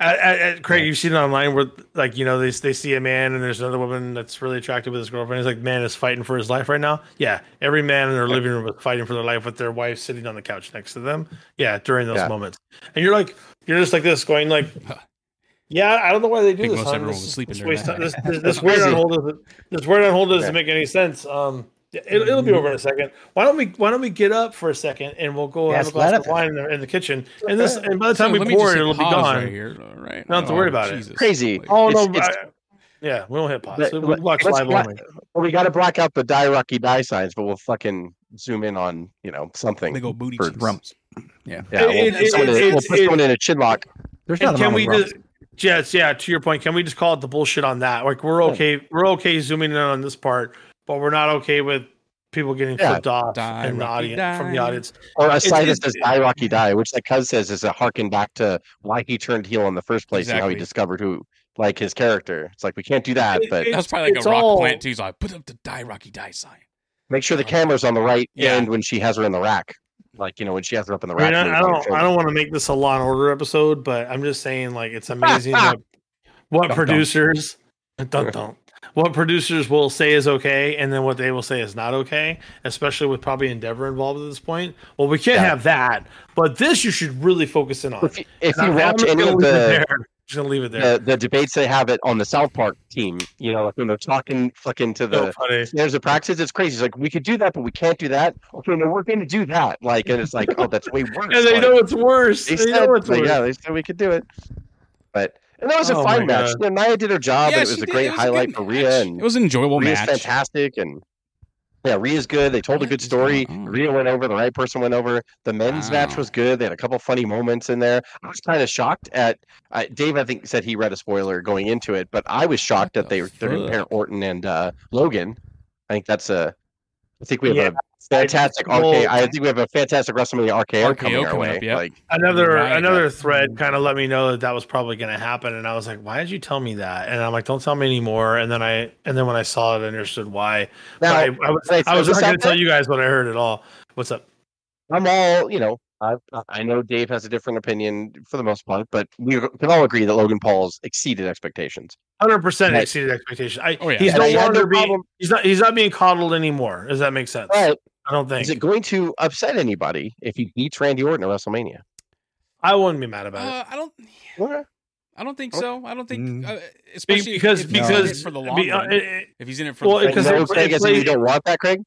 I, I, I, Uh, Craig, Yeah. you've seen it online where like you know they they see a man and there's another woman that's really attractive with his girlfriend. He's like, man is fighting for his life right now. Yeah, every man in their living room was fighting for their life with their wife sitting on the couch next to them. Yeah, during those Yeah. moments, and you're like, you're just like this, going like, yeah, I don't know why they do Think this. most hon. everyone This was is- sleeping this during waste- that This time. this- this word on hold doesn't this word on hold Yeah. doesn't make any sense. Um, it, it'll be over in a second. Why don't we Why don't we get up for a second and we'll go Yes, have a glass of let us. wine in the, in the kitchen. And this and by the So time let we me just pour it, hit it'll be pause gone. Right here. All right. Don't have to worry about it. Crazy. Like, Oh It's- no! it's- I- yeah, we don't hit pause. But- we but watch let's live not- only. Well, we got to black out the die rocky die signs, but we'll fucking zoom in on you know something. They go booty For cheeks. rump. yeah, we'll, It- put it- someone it- in- we'll it's- put it- someone in a chin lock. There's And nothing can wrong we with Rump. just, Jets? Yeah, to your point, can we just call it the bullshit on that? Like we're Yeah. okay, we're okay zooming in on this part, but we're not okay with people getting Yeah. flipped off Die, and the Rocky, audience from the die. audience. Or a side it's- that says "Die Rocky Die," which that Cuz says is a harken back to why he turned heel in the first place and how he Exactly. discovered who like his character. It's like we can't do that, It- but it- That's probably like it's a rock all- plant too. He's like, put up the die rocky die sign. make sure the camera's on the right Yeah. end when she has her in the rack. Like you know when she has her up in the I, mean, rack. I, I moving on her don't, I shoulder. don't want to make this a Law and Order episode, but I'm just saying, like, it's amazing. that What Dun, dun. producers? Dun, dun. What producers will say is okay, and then what they will say is not okay, especially with probably Endeavor involved at this point. Well, we can't Yeah. have that, but this you should really focus in on. If you, if And you I'm- watch I'm just any gonna of leave it the there. I'm just gonna leave it there. the, the debates they have it on the South Park team, you know, like when they're talking fucking to So the funny. there's a practice, it's crazy. It's like we could do that, but we can't do that. Okay, no, we're going to do that. Like, and it's like, oh, that's way worse. And they Like, know it's worse. they They, said, know it's like, worse. yeah, they said we could do it. But and that was a Oh fine my match. You know, Nia did her job. Yeah, and it she was a did. great It was highlight good for match. Rhea, and It was an enjoyable Rhea's match. fantastic. And yeah, Rhea's good. They told a What good is story. going on? Rhea went over. The right person went over. The men's match Wow. was good. They had a couple funny moments in there. I was kind of shocked at uh, Dave. I think said he read a spoiler going into it, but I was shocked What that the they they're going to fuck? pair Orton and uh, Logan. I think that's a. I think we have Yeah, a fantastic I- RK. well- I think we have a fantastic WrestleMania RKO, RKO coming our coming way. up, yep. Like, Another Right. Mm. another thread kind of let me know that that was probably going to happen, and I was like, "Why did you tell me that?" And I'm like, "Don't tell me anymore." And then I and then when I saw it, I understood why. But now, I, I was can I I throw was this not going to out there? tell you guys what I heard at all. What's up? I'm all, you know, I I know Dave has a different opinion for the most part, but we can all agree that Logan Paul's exceeded expectations. Hundred percent Right. exceeded expectations. I, Oh, yeah. He's And no I had longer being problem- he's not he's not being coddled anymore. Does that make sense? But I don't think is it going to upset anybody if he beats Randy Orton at WrestleMania? I wouldn't be mad about it. Uh, I don't. I don't think so. I don't think, Mm. uh, Be- especially because if, if he's in because it for the long be- uh, run. it- it- if he's in it for well, the Like, because long no, run. it- Craig, I it said you plays- don't want that, Craig.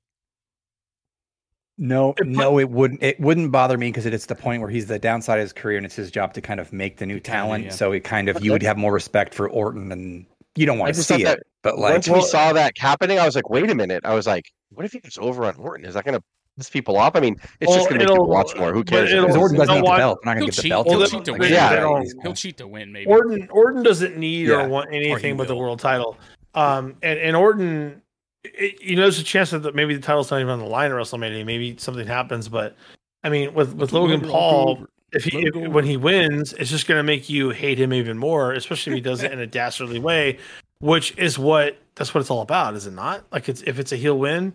No, It put- no, it wouldn't. It wouldn't bother me because it's the point where he's the downside of his career, and it's his job to kind of make the new talent. yeah. So it kind of you would have more respect for Orton, and you don't I want to just thought see that it. But like, Once we saw that happening, I was like, wait a minute. I was like, what if he gets over on Orton? Is that going to piss people off? I mean, it's Well, just going to make people it'll- watch more. Who but cares? if it'll- because it's- Orton doesn't you know need the what? belt, I'm not going He'll to give the cheat. belt He'll to Well, cheat him. to they- Like, win. yeah. He'll cheat to win, maybe. Orton Orton doesn't need Yeah. or want anything but the will. world title. Um, and and Orton, it, you know, there's a chance that maybe the title's not even on the line at WrestleMania. Maybe something happens, but I mean, with with Logan Paul, if he if, Logan. when he wins, it's just going to make you hate him even more, especially if he does it in a dastardly way, which is what that's what it's all about, is it not? Like it's if it's a heel win.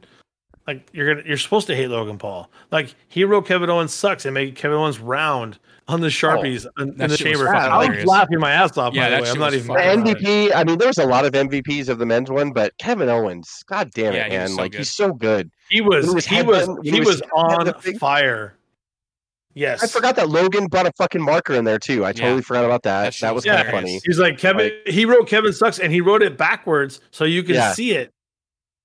Like you're gonna, you're supposed to hate Logan Paul. Like he wrote Kevin Owens sucks and made Kevin Owens round on the sharpies in, in Oh, that the shit was chamber. fucking I was hilarious. laughing my ass off. Yeah, by that the way, shit I'm not was even. The fucking mad about it. MVP. I mean, there's a lot of MVPs of the men's one, but Kevin Owens, god damn it, Yeah, he was man! so like good. he's so good. He was He was he was headbutting- he he was was on headbutting the thing. fire. Yes, I forgot that Logan brought a fucking marker in there too. I totally forgot about that. That That, shit was was kind of hilarious. funny. He's like Kevin. he wrote Kevin sucks, and he wrote it backwards so you can Yeah. see it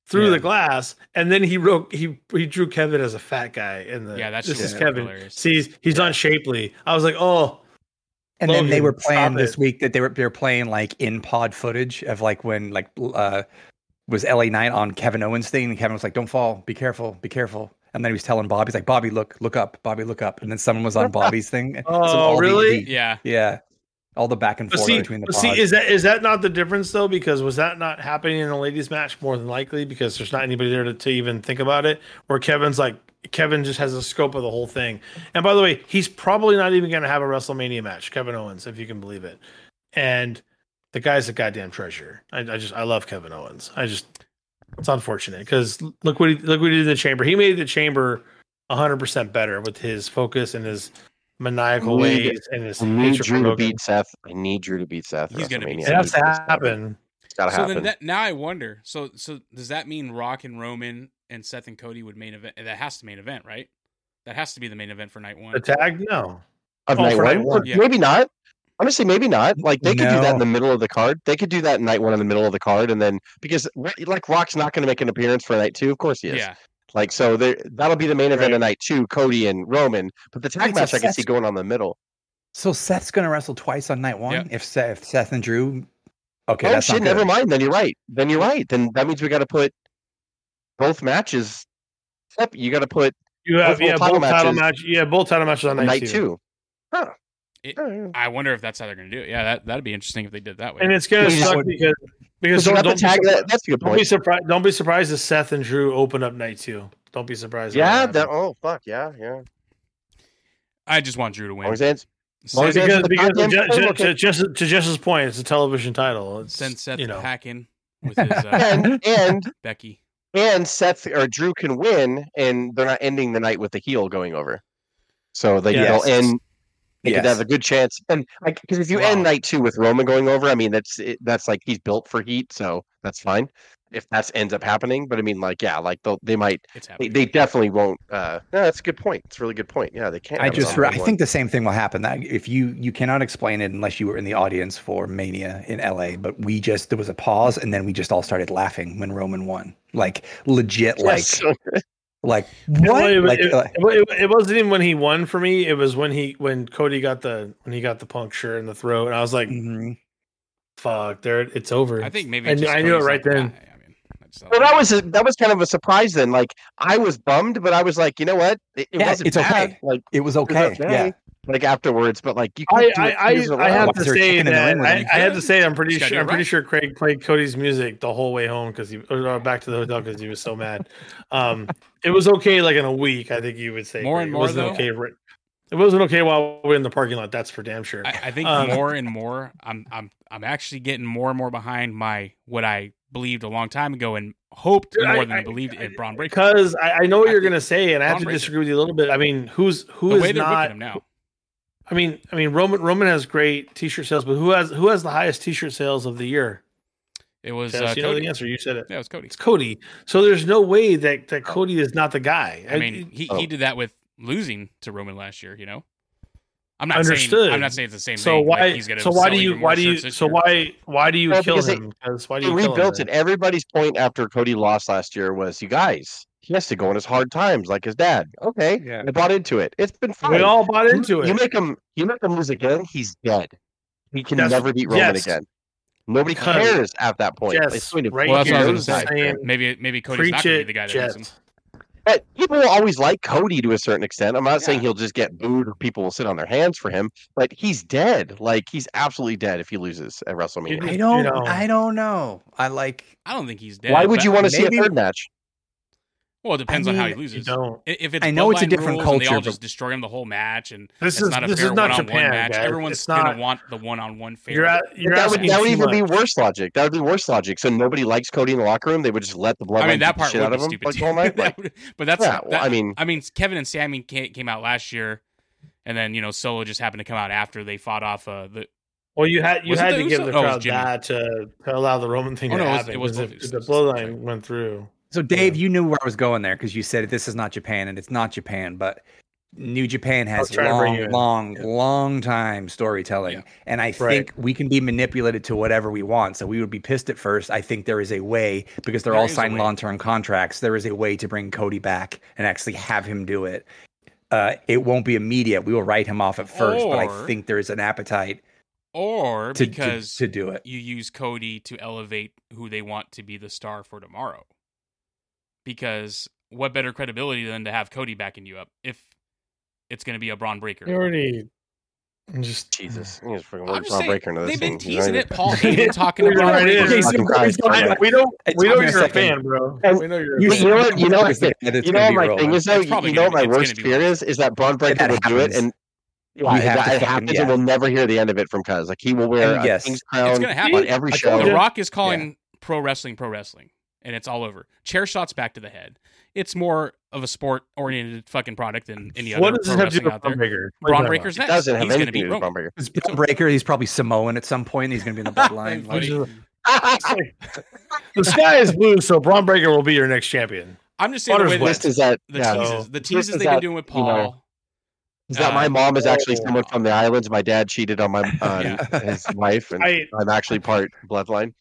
through Yeah. the glass. And then he wrote he he drew Kevin as a fat guy in the. Yeah, that shit this was is fucking Kevin. hilarious. See, he's, he's unshapely. I was like, oh, and then they Logan, were stop playing it. this week that they were they were playing like in pod footage of like when like uh was LA Knight on Kevin Owens thing, and Kevin was like, "Don't fall, be careful, be careful." And then he was telling Bob, he's like, "Bobby, look, look up, Bobby, look up." And then someone was on Bobby's thing. and so Oh, all the- really? the- Yeah. Yeah. All the back and but forth see, between the but pods. see, is that is that not the difference though? Because was that not happening in a ladies match more than likely? Because there's not anybody there to, to even think about it. Where Kevin's like. Kevin just has the scope of the whole thing. And by the way, he's probably not even going to have a WrestleMania match, Kevin Owens, if you can believe it. And the guy's a goddamn treasure. I, I just I love Kevin Owens. I just it's unfortunate because look what he look what he did in the chamber. He made the chamber hundred percent better with his focus and his maniacal We- ways and his I need hatred for Drew to Logan. beat Seth. I need Drew to beat Seth. at He's gonna beat WrestleMania. It has to I need this happen. It's gotta So happen. then that, now I wonder. So so does that mean Rock and Roman and Seth and Cody would main event? That has to main event, right? That has to be the main event for night one. The tag? No. of Oh, night for one? night Or one. Yeah. Maybe not. Honestly, maybe not. Like they could do that in No. the middle of the card. They could do that in night one in the middle of the card, and then because like Rock's not going to make an appearance for night two, of course he is. Yeah. Like so, there that'll be the main event Right. of night two, Cody and Roman. But the tag Right, so match I can Seth's- see going on the middle. so Seth's gonna wrestle twice on night one Yeah. if Seth if Seth and Drew Okay, oh that's shit! not Never good. mind. Then you're right. Then you're right. Then that means we got to put both matches. Yep, you got to put You have Multiple yeah, title both title match. matches. Yeah, both title matches on night, night, two. two. Huh. It- Oh. I wonder if that's how they're gonna do it. Yeah, that that'd be interesting if they did that way. And it's gonna We just suck would- because because So don't, don't have to be tag surprised- that. That's a good don't be point. surprised. Don't be surprised if Seth and Drew open up night two. Don't be surprised. if Yeah. happens. That. Oh fuck. Yeah. Yeah. I just want Drew to win. Long as it's- long as Send, it's- because the because to, goddamn Je- thing, Je- okay. to, Jess- to Jess's point, it's a television title. It's send Seth you know. packing with his uh, and and Becky. and Seth or Drew can win, and they're not ending the night with the heel going over. So they Yes. they'll end They could Yes. have a good chance. And because if you end night two with Roman going over, I mean that's it, that's like he's built for heat, so that's fine. If that ends up happening, but I mean, like, yeah, like they'll, they might, It's they, happening. they definitely won't. uh No, that's a good point. It's a really good point. Yeah, they can't. I have a just zombie I one. think the same thing will happen. That if you you cannot explain it unless you were in the audience for Mania in LA, but we just there was a pause and then we just all started laughing when Roman won. Like legit Yes. like like Well, what? It, Like, it- uh, it- it wasn't even when he won for me. It was when he when Cody got the when he got the puncture in the throat, and I was like, mhm. "Fuck, there, it's over." Mm. I think maybe I it's knew- just I knew it Cody's right like, then. "Ah, I mean, that's- Well, that was a, that was kind of a surprise then. Like I was bummed, but I was like, you know what? It, it Yeah, wasn't it's bad. okay. Like it was okay. okay. Yeah. like afterwards, but like you. I can't do I it years in a I, I row. have Why to is there a say chicken in the that ring with I, him? I have to say I'm pretty Just gotta do sure it I'm pretty right. sure Craig played Cody's music the whole way home because he or uh, back to the hotel because he was so mad. Um, it was okay like in a week. I think you would say More and Craig. more, It wasn't though? okay. ri- It wasn't okay while we were in the parking lot. That's for damn sure. I, I think Um, more and more, I'm I'm I'm actually getting more and more behind my what I believed a long time ago and hoped Dude, I- more than I, I- believed in Braun Breaker. because I, I know what I you're think- going to say, and I have Braun to Breaker. disagree with you a little bit. I mean, who's The who way is they're booking not? him now, I mean, I mean Roman Roman has great t-shirt sales, but who has who has the highest t-shirt sales of the year? it was Jess, uh, you know Cody. the answer. You said it. Yeah, it was Cody. It's Cody. So there's no way that that Cody is not the guy. I mean, he, Oh. he did that with losing to Roman last year. You know, I'm not Understood. saying I'm not saying it's the same so thing. why? Like, he's gonna so why sell do you? even more Why do you? shirts this So year. why? Why do you Well, kill because they- him? Because why do They you kill rebuilt him it. Everybody's point after Cody lost last year was, you guys, he has to go in his hard times like his dad. Okay, Yeah. I bought into it. It's been then? fine. We all bought You- into it. You make him. You make him lose again. He's dead. He can That's- never beat Roman yes. again. Nobody Because- cares at that point. Yes, It's going to right Well, that's what I was here. gonna say. Maybe maybe Cody's Preach not gonna be it, the guy that Jets. loses. him. But people will always like Cody to a certain extent. I'm not saying Yeah. he'll just get booed or people will sit on their hands for him, but he's dead. Like he's absolutely dead if he loses at WrestleMania. I You don't know. I don't know. I like I don't think he's dead. Why would but- you want to see a maybe- third match? Well, it depends on how he mean, You loses. I- don't. If it's I know it's a bloodline different rules and they culture, all but- just destroy him the whole match, and This it's is not a this fair is not one-on-one Japan. match. guys. Everyone's it's gonna not. want the one-on-one fair. You're at, you're that would asking that would too even be much. worse logic. That would be worse logic. So nobody likes Cody in the locker room. They would just let the bloodline I mean, that beat the part shit would out be of him stupid. like, too. all night. That Like, would- but that's yeah, well, that- I mean, I mean, Kevin and Sammy ca- came out last year, and then you know Solo just happened to come out after they fought off uh, the. Well, you had you Was it had the to give Usos? the No, it was crowd Jimmy. that to, to allow the Roman thing Oh, to no, it was- happen. it was 'cause both if- if Usos, the that's right. bloodline went through. So Dave, you knew where I was going there because you said this is not Japan and it's not Japan, but New Japan has was trying to bring long, you in. long, Yeah. long time storytelling, Yeah. and I Right. think we can be manipulated to whatever we want. So we would be pissed at first. I think there is a way because they're There all is a signed way. long-term contracts. There is a way to bring Cody back and actually have him do it. Uh, it won't be immediate. We will write him off at first, but I Or- think there is an appetite Or to, to because to do it. you use Cody to elevate who they want to be the star for tomorrow. Because what better credibility than to have Cody backing you up if it's going to be a Braun Breaker? You already I'm just Jesus, he was freaking I'm Braun just saying, Breaker into this they've been thing. You know teasing what it. Paul Heyman talking to You're Braun right, it Breaker. is. Fucking Christ, I know, Mike. we don't It's we know obvious you're a I can- fan, bro. And We know you're You a You fan. know what? You know It's what? gonna be You know what my rolling. thing is though. It's probably You know gonna what my be- it's worst gonna be fear rolling. is is that Braun Breaker that will do it, happens. and yeah, that- have to it fucking- happens, yeah. and we'll never hear the end of it from Cuz. Like he will wear And a yes. King's It's crown going to on happen. every I show. told The you. Rock is calling pro wrestling pro wrestling, and it's all over. Chair shots back to the head. It's more of a sport oriented fucking product than any other What does pro this have to wrestling do out there. with Braun Breaker? What are you Braun talking Breaker's It next. doesn't have He's going to anything beat to do with Roman. Braun Breaker. He's Braun Breaker. He's probably Samoan at some point. He's going to be in the bloodline. like- Funny. about? The sky is blue, so Braun Breaker will be your next champion. I'm just saying the way Butter's List that, is that the yeah. teases, the teases is they've been that, doing with you know, Paul. Is that my Uh, mom is actually oh. someone from the islands? My dad cheated on my uh, his wife, and I I'm actually part bloodline.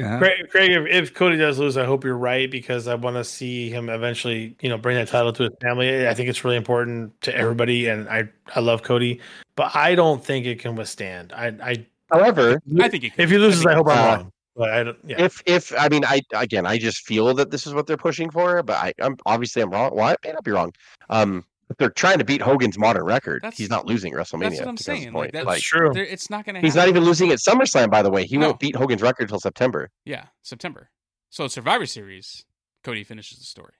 Uh-huh. Craig, Craig if, if Cody does lose, I hope you're right because I want to see him eventually, you know, bring that title to his family. I think it's really important to everybody, and I I love Cody, but I don't think it can withstand. I I However, I think it could. if he loses, I, hope I'm uh, wrong. But I don't. Yeah. if if I mean I again I just feel that this is what they're pushing for, but I, I'm obviously I'm wrong. Well, I may not be wrong. Um, but they're trying to beat Hogan's modern record. That's- he's not losing WrestleMania. that's what I'm because of the saying. Like, Point. that's That's Like, true. There- it's not going to happen. he's not even losing at SummerSlam, by the way. He No. won't beat Hogan's record till September. Yeah, September. So Survivor Series, Cody finishes the story.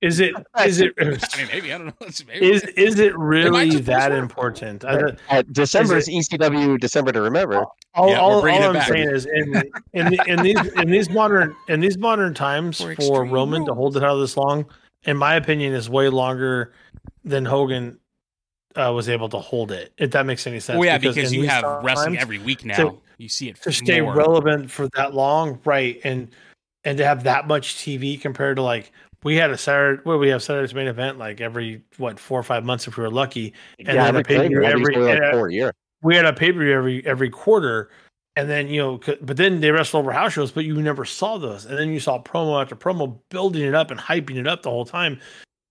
Is it is it I mean, maybe I don't know. It's maybe- is is it really just that lose. important? I, don't- At December Is is ECW December to remember. all Yeah, we're all, all bringing it I'm back. saying is in in, the, in these in these modern in these modern times For for Extreme Roman to Rules. hold it out this long, in my opinion, is way longer than Hogan uh, was able to hold it. If that makes any sense. Well, yeah, because because, in you these have wrestling times, every week now. you see it to stay more. relevant for that long, right? And and to have that much TV compared to like we had a Saturday, where we have Saturday's main event like every what four or five months if we were lucky. And then every a pay-per-view claim, every- every like yeah. four a year. We had a pay per view every every quarter, and then you know, c- but then they wrestled over house shows, but you never saw those, and then you saw promo after promo building it up and hyping it up the whole time.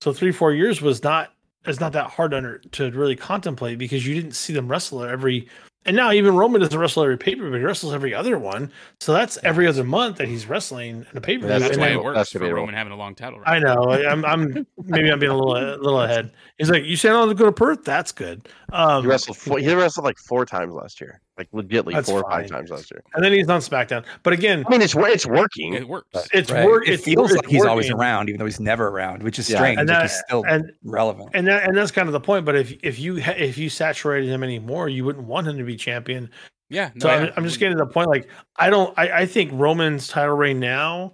So three four years was not it's not that hard to under, to really contemplate because you didn't see them wrestle every. And now even Roman doesn't wrestle every pay per view, but he wrestles every other one. So that's every other month that he's wrestling in a pay per That's That's why view. debatable. it works That's for debatable. Roman having a long title. I know. I- I'm. I'm. Maybe I'm being a little a little ahead. He's like, you said I don't go to Perth. That's good. Um, He wrestled. Four, he wrestled like four times last year. Like legitly That's four or fine. five times last year. and then he's on SmackDown. But again, I mean, it's wor- it's working. It works. it's Right. work. it it's feels work- like he's always working. around, even though he's never around, which is Yeah. strange. And like that- he's still and- relevant. and that and that's kind of the point. But if if you ha- if you saturated him anymore, you wouldn't want him to be champion. yeah. No, So yeah. I'm, I'm just getting to the point. Like I don't. I, I think Roman's title reign now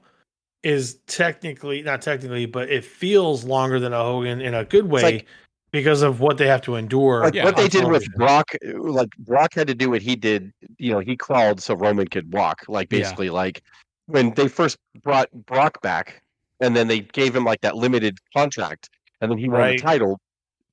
is technically not technically, but it feels longer than a Hogan in a good way like- because of what they have to endure. Like Yeah. what they on did with television. Brock, like Brock had to do what he did. You know, he crawled so Roman could walk. Like Yeah. basically, like when they first brought Brock back, and then they gave him like that limited contract, and then he won Right. the title.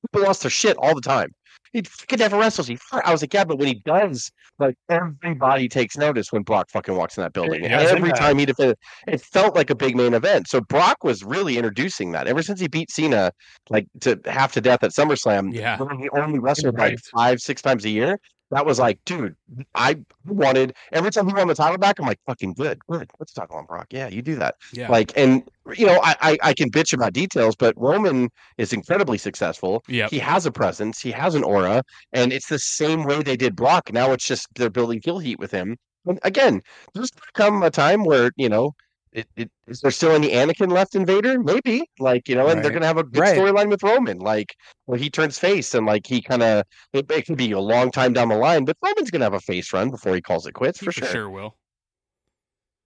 People lost their shit all the time. He could never wrestle. He, I was like, yeah, but when he does, like everybody takes notice when Brock fucking walks in that building. It And has every impact. time he defended, it felt like a big main event. So Brock was really introducing that. Ever since he beat Cena, like to half to death at SummerSlam, Yeah. when he only wrestled like Right. five, six times a year, that was like, dude, I wanted every time he won the title back, I'm like, fucking good, good. Let's talk on Brock. Yeah, you do that. yeah. Like, and you know, I, I I can bitch about details, but Roman is incredibly successful. Yep. He has a presence, he has an aura, and it's the same way they did Brock. Now it's just they're building heel heat with him. And again, there's gonna come a time where you know. It, it, is there still any Anakin left in Vader? Maybe, like you know, and they're Right. gonna have a big Right. storyline with Roman, like where he turns face and like he kind of it, it could be a long time down the line, but Roman's gonna have a face run before he calls it quits He for sure will.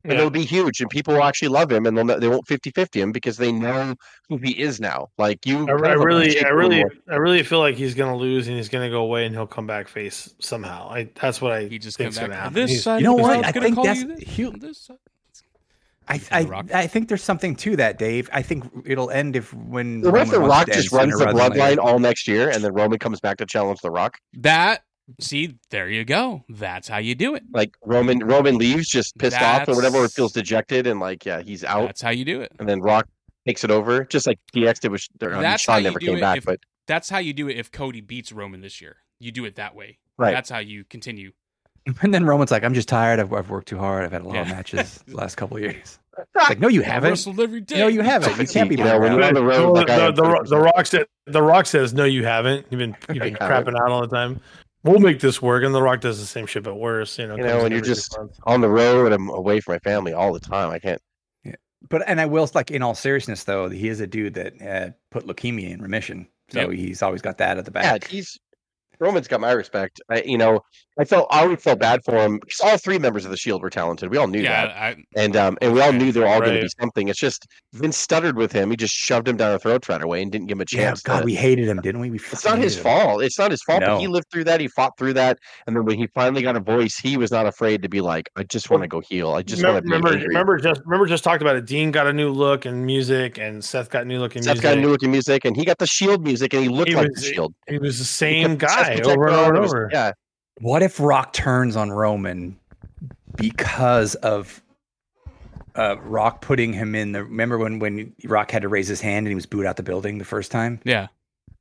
and it'll be huge and people will actually love him and they'll know, they won't 50-50 him because they know who he is now like you I, kind I of really, appreciate I him really, more. I really feel like he's gonna lose and he's gonna go away and he'll come back face somehow. I that's what I He just think's comes gonna back. happen. This He's- side, You know of the what? crowd's I gonna think call that's you this, hu- this side. I, Kind of I, rock. I think there's something to that, Dave. I think it'll end if when what if Roman the was rock dead just sooner runs the rather than bloodline later. all next year and then roman comes back to challenge the rock That see, there you go. That's how you do it. like roman roman leaves just pissed off or whatever or That's- feels dejected and like yeah he's out That's how you do it. and then rock takes it over just like dx did with or, I mean, That's how sean you never do came it back if- but That's how you do it if Cody beats Roman this year. You do it that way. Right. That's how you continue. And then Roman's like, "I'm just tired. I've, I've worked too hard. I've had a lot of Yeah. matches the last couple of years." Ah, It's like, no, you haven't. Wrestled every day. No, you haven't. You can't be You know, when burned you're out. on the road, like I the, am the, the, 30%. the rock said, the rock says, no, you haven't. You've been, you've been You haven't. crapping out all the time. We'll make this work. And the rock does the same shit, but worse. You know, You know, comes in and you're every just- six months. on the road i'm away from my family all the time i can't But and I will like in all seriousness though, he is a dude that uh, put leukemia in remission, so he's always got that at the Yeah, back. he's Roman's got my respect. I, you know, I felt I always felt bad for him because all three members of the Shield were talented. We all knew Yeah, that, I, and um, and we all Right, knew they were all going to be right. something. It's just Vince stuttered with him. He just shoved him down our throats right away and didn't give him a Yeah, chance. God, to- we hated him, didn't we? we it's not fucking his hated him. fault. It's not his fault. But he No. lived through that. He fought through that, and then when he finally got a voice, he was not afraid to be like, "I just want to go heal. I just want to be remember, angry." remember, just remember, just talked about it. Dean got a new look and music, and Seth got new look and Seth music. got new looking music, and he got the Shield music, and he looked He like was- the Shield. he was the He same kept chest guy protector over and on, over it and was- "Oh, over. Yeah, What if Rock turns on Roman because of uh, Rock putting him in the? Remember when when Rock had to raise his hand and he was booed out the building the first time? yeah.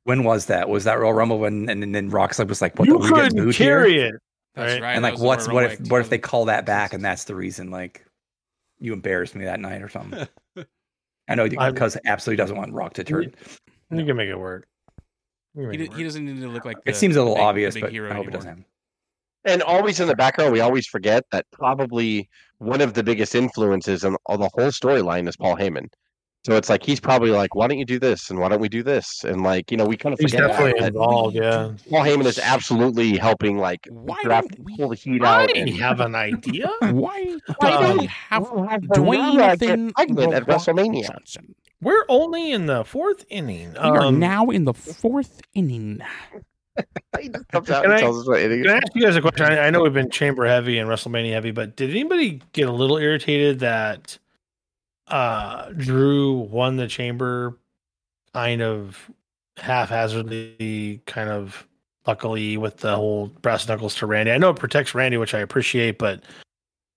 When was that? Was that Royal Rumble when? And, then Rock's like was like, "What? You the- we getting couldn't booed here?" carry it. That's Right. right. And That like, was the what's Royal what Rumble if what if they Act. call that back and that's the reason? Like, you embarrassed me that night or something. I know I'm- because absolutely doesn't want Rock to turn. You can make it work. You can He, make d- it he work. doesn't need to look like. the- It seems the a little big- the obvious, big but hero I hope it anymore. doesn't happen. And always in the background, we always forget that probably one of the biggest influences in all the whole storyline is Paul Heyman. So it's like he's probably like, why don't you do this and why don't we do this and like you know we kind of He's forget that, definitely that involved. Yeah. Paul Heyman is absolutely helping like Why draft don't we- pull the heat why out. didn't And, You have an idea? Why? Why don't Um, we have Dwayne Dwayne Nathan get pregnant The at Rock WrestleMania. Johnson? We're only in the fourth inning. We are Um, now in the fourth inning. he just comes out Can and I- tells us what Can I idiot. ask you guys a question? I, I know we've been chamber heavy and WrestleMania heavy, but did anybody get a little irritated that uh Drew won the chamber kind of haphazardly, kind of luckily with the whole brass knuckles to Randy? I know it protects Randy, which I appreciate, but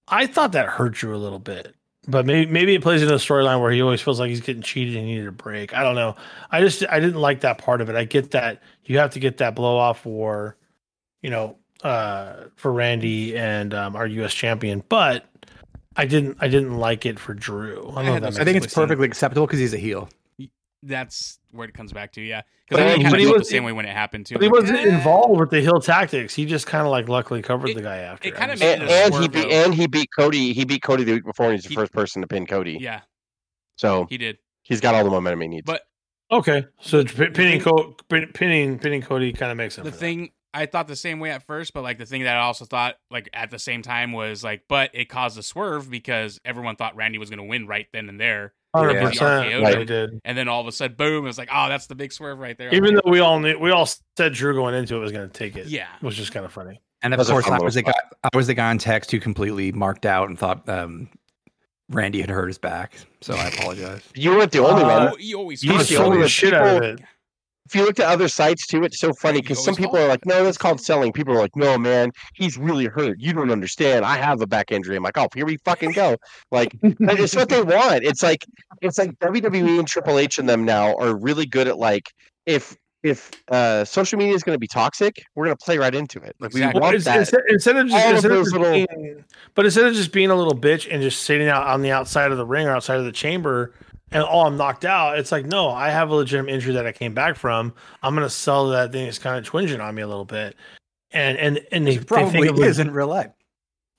I thought that hurt Drew a little bit. But maybe maybe it plays into the storyline where he always feels like he's getting cheated and he needed a break. I don't know. I just I didn't like that part of it. I get that you have to get that blow off war you know, uh, for Randy and um, our U.S. champion, but I didn't, I didn't like it for I Drew. I, don't know had if those- that I makes- think it's perfectly acceptable because he's a heel. That's where it comes back to, yeah. But Because I he- kind but of he felt the was- same way when it happened too. but he Like, wasn't eh. involved with the heel tactics. He just kind of like luckily covered the guy after. it kinda I'm just- made And, it and he swerve, beat though. and he beat Cody. He beat Cody the week before, and he's the He- first person to pin Cody. Yeah, So he did. he's got all the momentum he needs. But okay. So p- pinning, Co- pin- pinning, pinning Cody kind of makes him the thing I thought the same way at first, but like the thing that I also thought like at the same time was like, but it caused a swerve because everyone thought Randy was going to win right then and there, hundred Yeah. percent. Like- They did. and then all of a sudden, boom! It's like, oh, that's the big swerve right there. Even though we all knew, we all said Drew going into it was going to take it. yeah, Which is kind of funny. And of Those are course, fun I little was the guy. I was the guy on text who completely marked out and thought um, Randy had hurt his back. So I apologize. you weren't the only Uh, one. you, you always you You were feel the it. sold only the shit out of people- it. if you look at other sites too, it's so funny Right, you because some always people are fall. like, no, that's called selling. People are like, no, man, he's really hurt. You don't understand. I have a back injury. I'm like, oh, here we fucking go. Like, that is what they want. It's like, it's like WWE and Triple H and them now are really good at like, if if uh, social media is going to be toxic, we're going to play right into it. Like, Exactly. we want It's- that. Instead, instead of just, All of instead of those just little- being, but instead of just being a little bitch and just sitting out on the outside of the ring or outside of the chamber and oh I'm knocked out, it's like no, I have a legitimate injury that I came back from. I'm gonna sell that thing. It's kind of twinging on me a little bit, and and and they, they Probably think of, is in real life.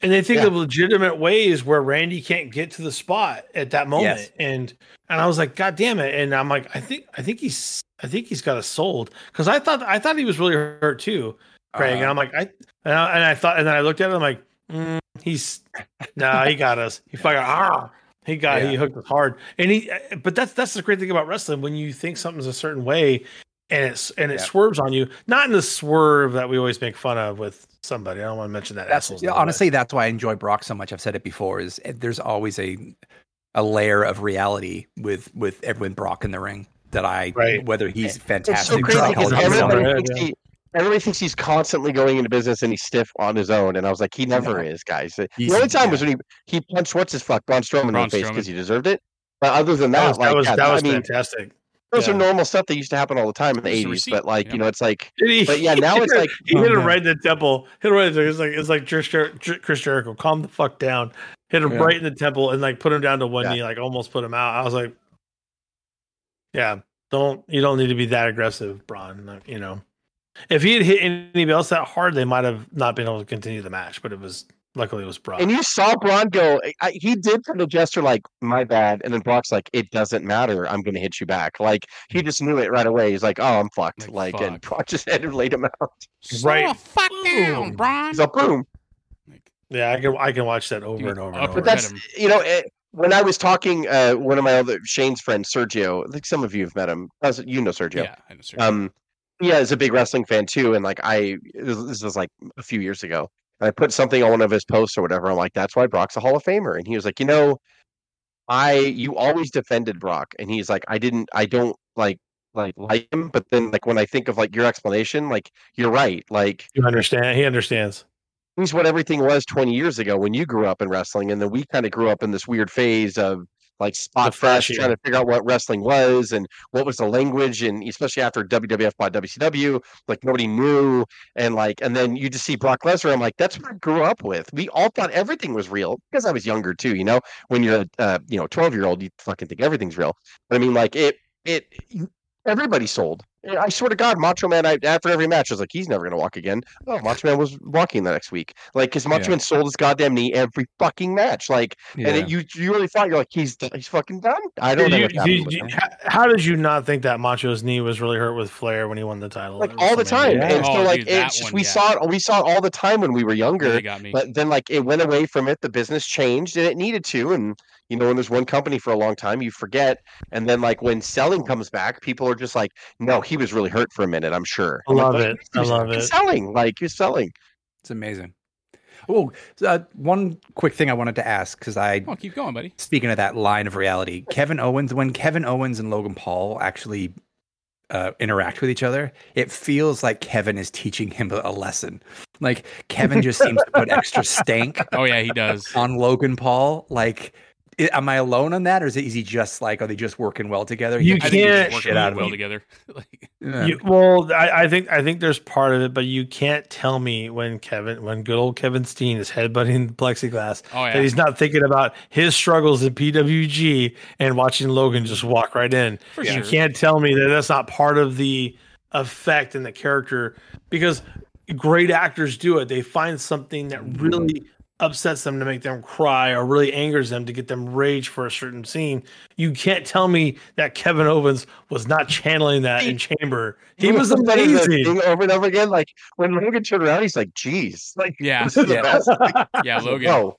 and they think Yeah. of legitimate ways where Randy can't get to the spot at that moment. Yes. And and I was like, God damn it! And I'm like, I think I think he's I think he's got us sold because I thought I thought he was really hurt too. Craig, and Uh, I'm like, I and I, and I thought, and then I looked at it, I'm like, mm, he's nah, he got us. He fucking ah, he got he Yeah. hooked us hard, and he. But that's that's the great thing about wrestling when you think something's a certain way, and it's and it Yeah. swerves on you, not in the swerve that we always make fun of with somebody. I don't want to mention that. that's asshole's yeah, name, but- honestly that's why I enjoy Brock so much. I've said it before. Is eh, there's always a a layer of reality with with everyone Brock in the ring that I Right. whether It's he's so fantastic. crazy or drop because all over intelligent, his own everybody head, thinks yeah. he. Everybody thinks he's constantly going into business and he's stiff on his own. And I was like, he never is, guys. The He's- only time yeah. was when he, he punched what's his fuck Braun Strowman Braun in the face Strowman. because he deserved it. But other than that that, was like that was, yeah, that was I mean, fantastic. those yeah. are normal stuff that used to happen all the time in the Just a eighties. receipt, But like yeah. you know, it's like He- But yeah, now he it's hit- like- mm-hmm. he Oh, hit him no. right in the temple. Hit him right in the It's like it's like Chris, Jer- Jer- Chris Jericho. Calm the fuck down. Hit him Yeah. right in the temple and like put him down to one Yeah. knee, like almost put him out. I was like, yeah, don't you don't need to be that aggressive, Braun. Like, You know, if he had hit anybody else that hard, they might have not been able to continue the match. But it was luckily it was Braun. and you saw Braun go. I- I, he did kind of gesture like my bad, and then Brock's like it doesn't matter. I'm going to hit you back. Like he just knew it right away. He's like, oh, I'm fucked. Like, Like, and fuck. Brock just had to laid him out. Slow Right. the fuck down, Boom. Brian. He's like, boom. Like, yeah, I can I can watch that over Dude, and over. up And over. But that's him. you know it, when I was talking uh, one of my other Shane's friends, Sergio. I think some of you have met him. As- You know Sergio. yeah, I know, sir. Um, yeah, is a big wrestling fan too, and like I, this this was like a few years ago. And I put something on one of his posts or whatever. I'm like, that's why Brock's a Hall of Famer, and he was like, you know, I, you always defended Brock, and he's like, I didn't, I don't like like like him, but then like when I think of like your explanation, like you're right, like you understand. He understands. he's what everything was 20 years ago when you grew up in wrestling and then we kind of grew up in this weird phase of like spot The fresh flashy. trying to figure out what wrestling was and what was the language and especially after WWF bought WCW like nobody knew and like and then you just see Brock Lesnar I'm like that's what I grew up with we all thought everything was real because I was younger too you know when you're a uh, you know 12 year old you fucking think everything's real but I mean like it it you- everybody sold I swear to God, Macho Man. I, after every match, I was like, "He's never gonna walk again." Oh, Macho Man was walking the next week, like because Macho Yeah. Man sold his goddamn knee every fucking match. Like, yeah. and it, you you really thought you're like, "He's d- he's fucking done." I Did don't know. you- what's happening did with you- him. h- how did you not think that Macho's knee was really hurt with Flair when he won the title? like at all the WrestleMania? time, yeah. and so Oh, like dude, that it's just one, we yeah. saw it. We saw it all the time when we were younger. really got me. But then, like, it went away from it. The business changed, and it needed to. And you know, when there's one company for a long time, you forget. And then, like, when selling comes back, people are just like, "No, he was really hurt for a minute. I'm sure. I I'm like, love "Look, it. I you're love it. Selling like you're selling. It's amazing. Oh, uh, one quick thing I wanted to ask because I Come on, keep going, buddy. speaking of that line of reality, Kevin Owens, when Kevin Owens and Logan Paul actually uh, interact with each other, it feels like Kevin is teaching him a lesson. Like Kevin just seems to put extra stank Oh yeah, he does. on Logan Paul. Like, i- am I alone on that, or is, it, is he just like, are they just working well together? You I think they're can't- just Shit working really out of well me. together. like, Yeah. You, well, I, I think I think there's part of it, but you can't tell me when Kevin, when good old Kevin Steen is headbutting the plexiglass, oh yeah. that he's not thinking about his struggles at PWG and watching Logan just walk right in. For you sure. can't tell me that that's not part of the effect and the character because great actors do it. They find something that really upsets them to make them cry or really angers them to get them rage for a certain scene. You can't tell me that Kevin Owens was not channeling that in Chamber. He was the better the amazing. thing over and over again. Like when Logan turned around, he's like, "Geez, like Yeah. this is the Yeah. best." Oh, yeah, Logan. Whoa.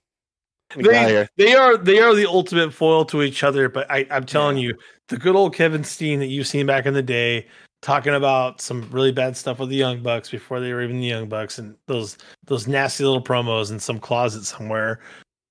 Get out of They, here. they are they are the ultimate foil to each other. But I, I'm telling you, the good old Kevin Steen that you've seen back in the day, talking about some really bad stuff with the Young Bucks before they were even the Young Bucks, and those those nasty little promos in some closet somewhere.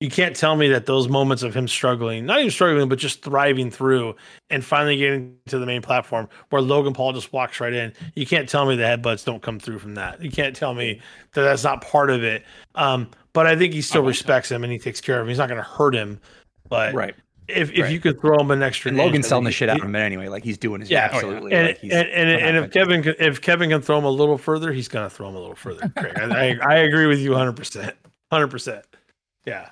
You can't tell me that those moments of him struggling, not even struggling, but just thriving through and finally getting to the main platform where Logan Paul just walks right in. You can't tell me the headbutts don't come through from that. You can't tell me that that's not part of it. Um, but I think he still like that. respects him and he takes care of him. He's not going to hurt him. But Right. if, if right. you could throw him an extra, And inch, Logan's I selling the think shit he- out of him anyway. Like he's doing his Yeah. Oh, yeah. absolutely. and like, he's and, and, I'm and not if gonna- Kevin could- if Kevin can throw him a little further, he's gonna throw him a little further. Craig, I, I I agree with you 100, percent 100. percent Yeah,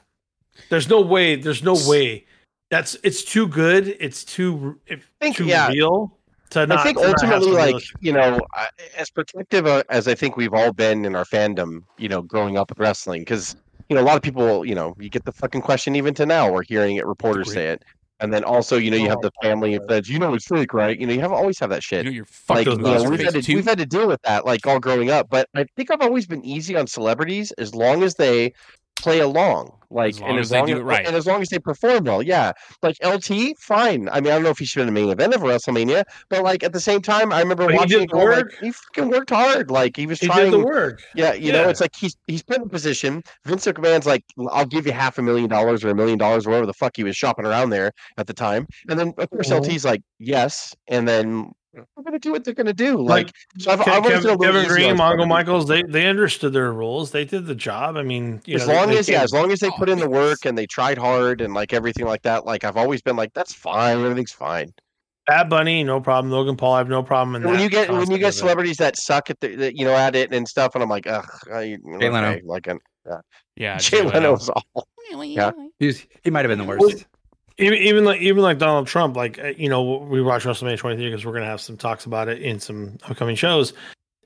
there's no way. There's no way. That's it's too good. It's too if think, too yeah. real to not. I think to not have ultimately, something like realistic. you know, I- as protective uh, as I think we've all been in our fandom, you know, growing up with wrestling, because you know, a lot of people, you know, you get the fucking question even to now. We're hearing it, reporters say it, and then also, you know, Oh you have the family that you know it's fake, right? You know, you have always have that You shit. know, you're fucking Like, those you know, lost we've, had face to, too. we've had to deal with that, like all growing up. But I think I've always been easy on celebrities as long as they play along, like As long as they do it right. and as long as they perform well. Yeah, like LT, fine. I mean, I don't know if he should have been the main event of WrestleMania, but like at the same time, I remember But he watching did him go, like, work. he fucking worked hard. Like he was he trying. did the work. yeah, you Yeah. know, it's like he's he's put in a position. Vince McMahon's like, I'll give you half a million dollars or a million dollars or whatever the fuck he was shopping around there at the time. And then of course Mhm. LT's like, yes, and then they're gonna do what they're gonna do. Like, Like, so I've, Ke- I've always been Kevin, a little Kevin easy Green, Mongo on celebrities. Michaels, they they understood their rules. They did the job. I mean, you as know, they- long they as yeah, can't- as long as they Oh, put in the yes. work and they tried hard and like everything like that, like I've always been like, that's fine, everything's fine. Bad Bunny, no problem. Logan Paul, I have no problem. In And when that you get when you concept get of it. celebrities that suck at the, that, you know at it and stuff, and I'm like, ugh, I, you know, Jay Leno. okay, like an, Yeah, Jay Leno's all. Yeah. He's- he might have been the oh, worst. even, even like even like Donald Trump, like uh, you know, we watch WrestleMania 23 because we're gonna have some talks about it in some upcoming shows.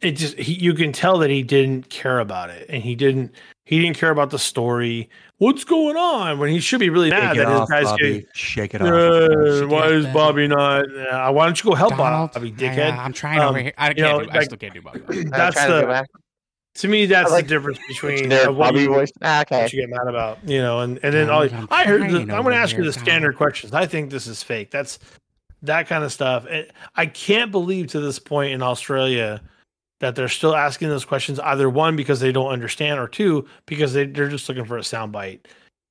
It just he, you can tell that he didn't care about it, and he didn't he didn't care about the story. What's going on? When he should be really mad that his guys get. Shake it Uh, Shake why it is off. Bobby not? Uh, why don't you go help Donald, Bobby, I, uh, dickhead? I'm trying Um, over here. I can't. you know, do, I like- still can't do Bobby. I'm That's trying to the- go back. To me, that's like- the difference between Generic uh, what Bobby you, voice. Ah, okay. what you get mad about, you know, and and then Yeah, all I'm I heard. The, I'm crying going over to ask you here, the standard questions. I think this is fake. That's that kind of stuff. And I can't believe to this point in Australia that they're still asking those questions. Either one because they don't understand, or two because they they're just looking for a soundbite.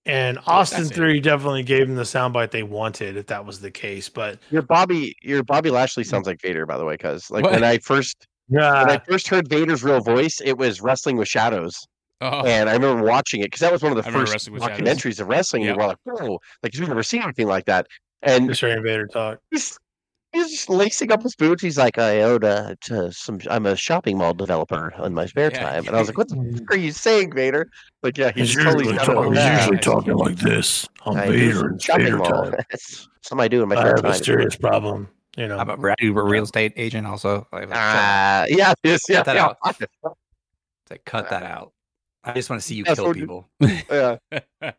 And Austin that's it. Theory definitely gave them the soundbite they wanted if that was the case. But Your Bobby, your Bobby Lashley sounds like Vader, by the way, because like What? when I first when I yeah, first heard Vader's real voice, it was Wrestling with Shadows, Oh, and I remember watching it because that was one of I the remember first Wrestling with Shadows. documentaries of wrestling. Yep. And we're like, whoa, like we've never seen anything like that. And Mr. Invader talk. he's he's just lacing up his boots. He's like, I own uh, to some. I'm a shopping mall developer in my spare Yeah. time, and I was like, what the fuck are you saying, Vader? Like, yeah, he's He's totally usually done it talking- with he's that. usually talking like this. I'm I do some shopping mall. That's something I do in my I spare have Uh, a time. serious problem. You know, I'm a Brad Uber real estate agent also. Like, shut up. Ah, yeah, this, yeah, Cut that yeah. out. It's like, cut that out. I just want to see you That's kill what you- people. Yeah. Oh.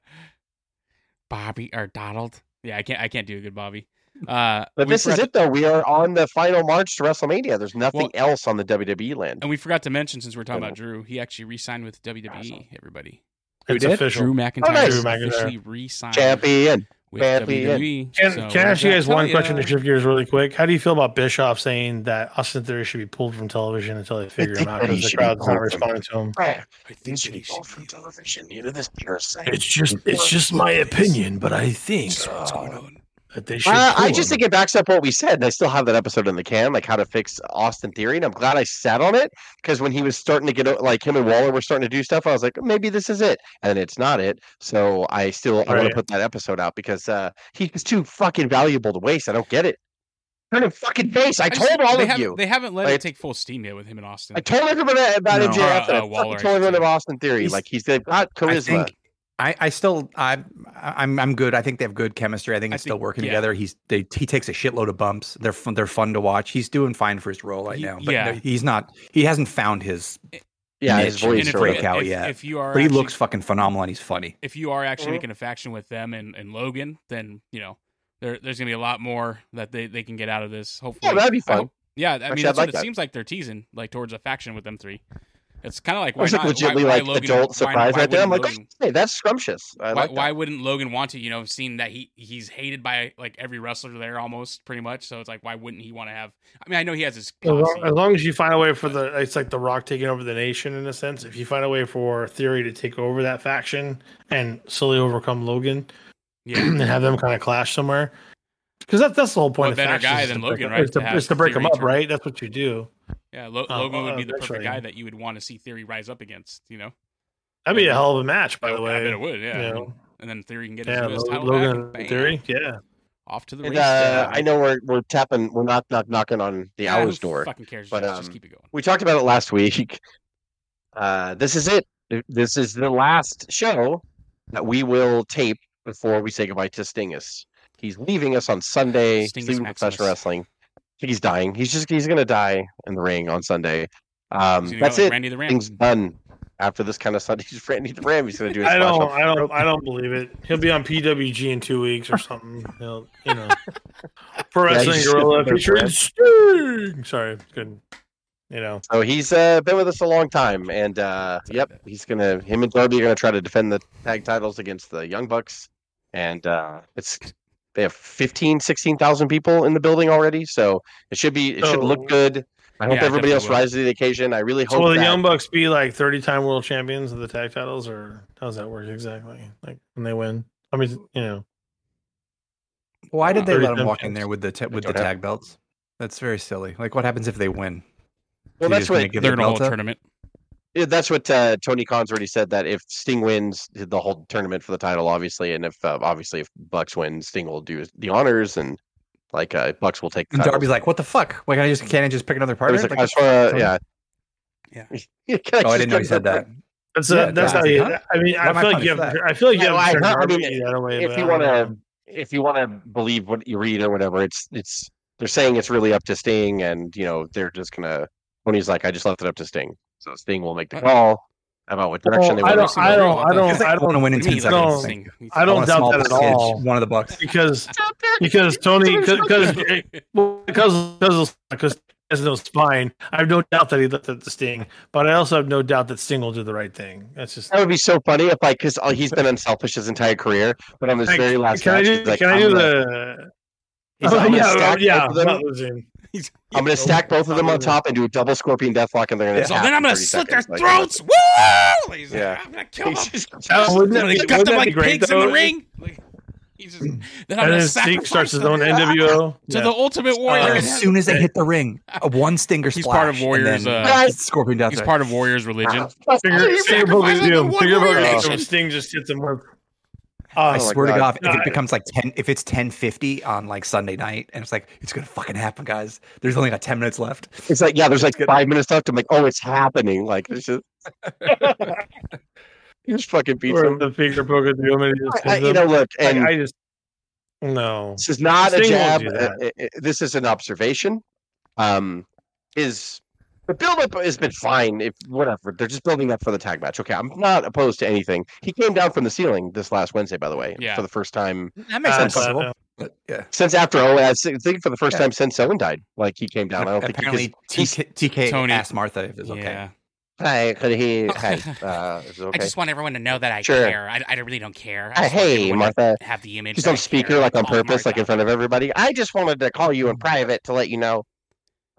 Bobby or Donald? Yeah, I can't. I can't do a good Bobby. Uh, But we this is forgot it, though. We are on the final march to WrestleMania. There's nothing Well- else on the WWE land. And we forgot to mention since we're talking about Yeah. Drew, he actually re-signed with WWE. Everybody, it's did? official. Oh, Drew McIntyre nice. has Drew McIntyre. officially re-signed Champion. with Badly in. WWE. Can, So can I ask you that- guys one Hell question yeah. to shift gears really quick? How do you feel about Bischoff saying that Austin Theory should be pulled from television until they figure him out He because the should be crowd's not pulled. responding to him? I He think should be she pulled should from be- television. You know this parasite. just it's just my opinion, but I think That's what's going on. that they Uh, I just think it backs up what we said, and I still have that episode in the can, like how to fix Austin Theory. And I'm glad I sat on it because when he was starting to get o- like him and Waller were starting to do stuff, I was like, maybe this is it, and it's not it. So I still I want Right. to put that episode out because uh, he was too fucking valuable to waste. I don't get it. Turn him fucking face. I, I just- told all they of haven't- you. They haven't let Like- it take full steam yet with him and Austin. I told everyone about No. MJF. Or, and I uh, fucking Waller, I should told everyone say. about Austin Theory. He's- like "Ah, he's they've got I charisma. think I, I still I I'm I'm good. I think they have good chemistry. I I think it's still think- working yeah. together. He's they he takes a shitload of bumps. They're fun, they're fun to watch. He's doing fine for his role right He- now. But yeah. no, he's not he hasn't found his yeah, his And Mitch Well, voice. he's if, sort you- of out if- yet. if you are, but he actually- looks fucking phenomenal and he's funny. If you are actually Mhm. making a faction with them and, and Logan, then you know there, there's gonna be a lot more that they, they can get out of this. Hopefully, Yeah, that'd be I fun. hope- yeah, I Actually, mean that's I'd like what it that. seems like they're teasing like towards a faction with them three. It's kind of like why It's like not? Why- legitimately why like Logan- adult why- surprise why right there. I'm like, wouldn't oh, Logan- hey, that's scrumptious. I why, like that. why wouldn't Logan want to? You know, seeing that he he's hated by like every wrestler there almost pretty much. So it's like, why wouldn't he want to have? I mean, I know he has his. As posse. long, as long as you find a way for the, it's like The Rock taking over the nation in a sense. If you find a way for Theory to take over that faction and slowly overcome Logan yeah, and have them kind of clash somewhere, because that, that's the whole point What of better factions guy is than to break Logan, up- right, Is to, to have is to break them Theory up, turn- right? That's what you do. yeah. Lo- Uh, Logan would be the eventually. perfect guy that you would want to see Theory rise up against. You know, That'd be a hell of a match, by I, the I way. bet it would. Yeah, you I mean, know? and then Theory can get his yeah, US Logan, title back. Logan and bam, Theory. Yeah, off to the And, races. uh, I know we're we're tapping, we're not not knocking on the Yeah, hours who door. Fucking cares? but, Just- just um, keep it going. We talked about it last week. Uh, this is it. This is the last show that we will tape before we say goodbye to Stingus. He's leaving us on Sunday. Stingus leaving Maximus. professional wrestling. I think he's dying. He's just he's gonna die in the ring on Sunday. Um, He's gonna go that's like it. Randy the Ram. Things done. After this kind of Sunday's Randy the Ram, he's gonna do. His I splash don't, off I don't, I don't believe it. He'll be on PWG in two weeks or something. He'll, you know, pro Yeah, he's wrestling just gorilla gonna featuring breath. Sting. Sorry, couldn't. You know, So he's uh, been with us a long time, and uh, Sorry yep, about he's gonna him and Darby are gonna try to defend the tag titles against the Young Bucks, and uh, it's they have 15, 16,000 people in the building already, so it should be it should So- look good. I hope Yeah, it everybody else definitely will. rises to the occasion. I really so hope. will that, the Young Bucks be like thirty-time world champions of the tag titles, or how does that work exactly? Like when they win, I mean, you know, Why did they Thirty let him walk in champions. there with the ta- with the don't have- tag belts? That's very silly. Like what happens if they win? well, He's that's gonna what give They're in their a whole belt up? tournament. yeah, that's what uh, Tony Khan's already said that if Sting wins the whole tournament for the title, obviously, and if uh, obviously if Bucks wins, Sting will do the honors, and like uh, Bucks will take. The And titles. Darby's like, "What the fuck? Why can't I just can't I just pick another partner?" It was like, Like, I just what the wanna- fuck? Yeah. yeah. Can Oh, just I didn't know go he to said the- that. that's Yeah, a, that's that's how you. not- I mean, why I am I feel like you punished have. for I feel like you Yeah, have. well, I- turned I Darby mean, that way, if but you I don't wanna- know. if you want to believe what you read or whatever, it's it's they're saying it's really up to Sting, and you know they're just gonna. Tony's like, I just left it up to Sting, so Sting will make the Uh, call about what direction they I want don't- to see. I the don't- ring. I don't- He's like, I want to win in What do you ten mean, like, seconds. don't- thing? He's- I don't want a doubt small that at package, all. One of the bucks. because because Tony because Well, because because because has no spine, I have no doubt that he looked at the Sting, but I also have no doubt that Sting will do the right thing. That's just. That would be so funny if, like, because he's been unselfish his entire career, but on his Like, very last can match, I do, he's like, can I I'm do gonna- the? he's Oh, like, I'm gonna yeah, stack yeah, both of them- I'm not losing. He's- I'm gonna stack both of them on top and do a double scorpion deathlock, and they're gonna. So tap then in I'm gonna 30 slit their seconds," like, throats. Woo! He's like, Yeah. I'm gonna kill them. He's just- Oh, wouldn't I'm gonna that be- gut wouldn't them that like be great, pigs in though? the ring. Like, he's just, then I'm And gonna then Sting sacrifice starts his them. own NWO. to the Ultimate Warrior. as soon as they hit the ring, a one stinger He's splash. part of Warrior's, and then uh, it's Scorpion Death. He's part of Warrior's religion. Figure, you figure sacrifice Bogus them to Doom. one Figure Bogus organization. Doom. Sting just hits him with. I Oh, swear to God. God, if Uh, it becomes like ten, if it's ten fifty on like Sunday night, and it's like it's gonna fucking happen, guys. There's only got ten minutes left. It's like, yeah, there's like five minutes left. I'm like, oh, it's happening. Like, this is. he just fucking beats or him. the figure Bogus Doom. And he just I, hits you him. know, look, Like, and I just no. this is not a Sting won't jab. do uh, that. uh, uh, this is an observation. Um, is the buildup has been fine. If whatever, they're just building up for the tag match. Okay, I'm not opposed to anything. He came down from the ceiling this last Wednesday, by the way, Yeah. for the first time That makes Uh, sense. but, Civil. uh, But, yeah. since after Owen. I think for the first Yeah. time since Owen died, like he came down. I don't think he could- Apparently, he's- TK, TK Tony- asked Martha if it's okay. Yeah. Hi, could he? Hi, uh, is it okay? I just want everyone to know that I Sure. care. I, I really don't care. Uh, I just want hey, everyone to Martha. Have the image. She's that I on speaker, care. like on Oh my purpose, like in God. front of everybody. I just wanted to call you Mm-hmm. in private to let you know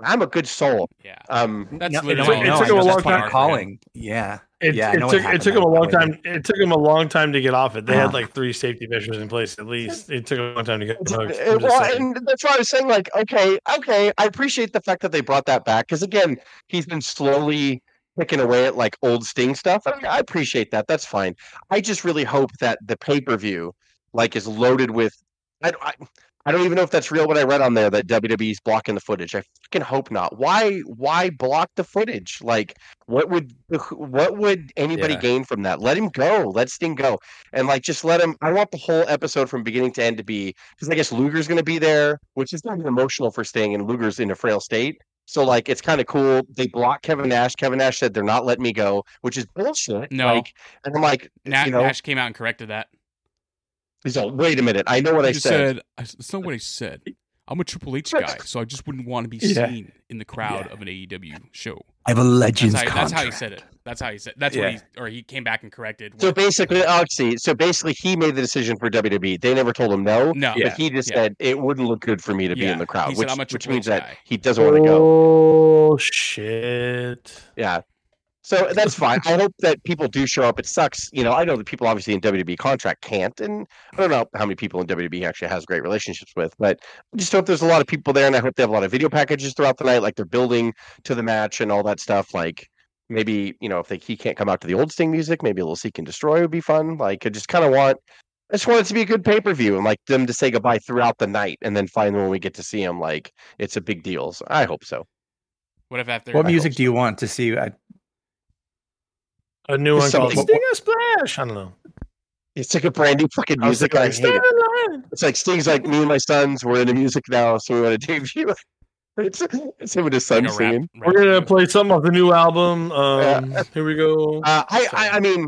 I'm a good soul. Yeah. Um, That's No, literally it all I took him a know. long That's why hard time. I'm for him. calling. Yeah, It, Yeah, I it know what took it happened took him a that long way. time. It took him a long time to get off it. They Uh-huh. had like three safety measures in place at least. It took him a long time to get it's- hooked. it- I'm just well, saying. and that's why I was saying, like, okay, okay, I appreciate the fact that they brought that back because again, he's been slowly picking away at like old Sting stuff. And I appreciate that. That's fine. I just really hope that the pay per view, like, is loaded with. I, I, I don't even know if that's real. What I read on there that WWE's blocking the footage. I fucking hope not. Why? Why block the footage? Like, what would what would anybody Yeah. gain from that? Let him go. Let Sting go, and like just let him. I want the whole episode from beginning to end to be because I guess Luger's going to be there, which is not even emotional for Sting, and Luger's in a frail state. So like it's kind of cool. They blocked Kevin Nash. Kevin Nash said they're not letting me go, which is bullshit. No. like, and I'm like, Na- you know, Nash came out and corrected that. he's all, wait a minute. I know what I He just said. I s- That's not what I said. I'm a Triple H That's- guy, so I just wouldn't want to be Yeah. seen in the crowd of an AEW show. I have a That's legends how, that's how he said it. That's how he said. That's what Yeah. he or he came back and corrected. So what- basically, Oxy. So basically, he made the decision for WWE. They never told him no, no, Yeah. but he just yeah. said it wouldn't look good for me to be Yeah, in the he crowd, said, which, "I'm a which Triple means H that guy." he doesn't want to go. Oh shit! Yeah. So that's fine. I hope that people do show up. It sucks. You know, I know that people obviously in WWE contract can't, and I don't know how many people in WWE actually has great relationships with, but I just hope there's a lot of people there, and I hope they have a lot of video packages throughout the night, like they're building to the match and all that stuff. Like maybe, you know, if they, he can't come out to the old Sting music, maybe a little Seek and Destroy would be fun. Like I just kind of want, I just want it to be a good pay per view and like them to say goodbye throughout the night, and then finally when we get to see him, like it's a big deal. So I hope so. What if after? What I music hope do you want to see? I, A new one called Something- Sting a Splash. I don't know. It's like a brand new fucking I was music. thinking and I like, hate it. "Stand in line." It's like Sting's like me and my sons. We're into music now, so we want to debut. It's it's him and his son like a rap- singing. rap We're gonna video? play some of the new album. Um, here we go. Uh, I, I I mean,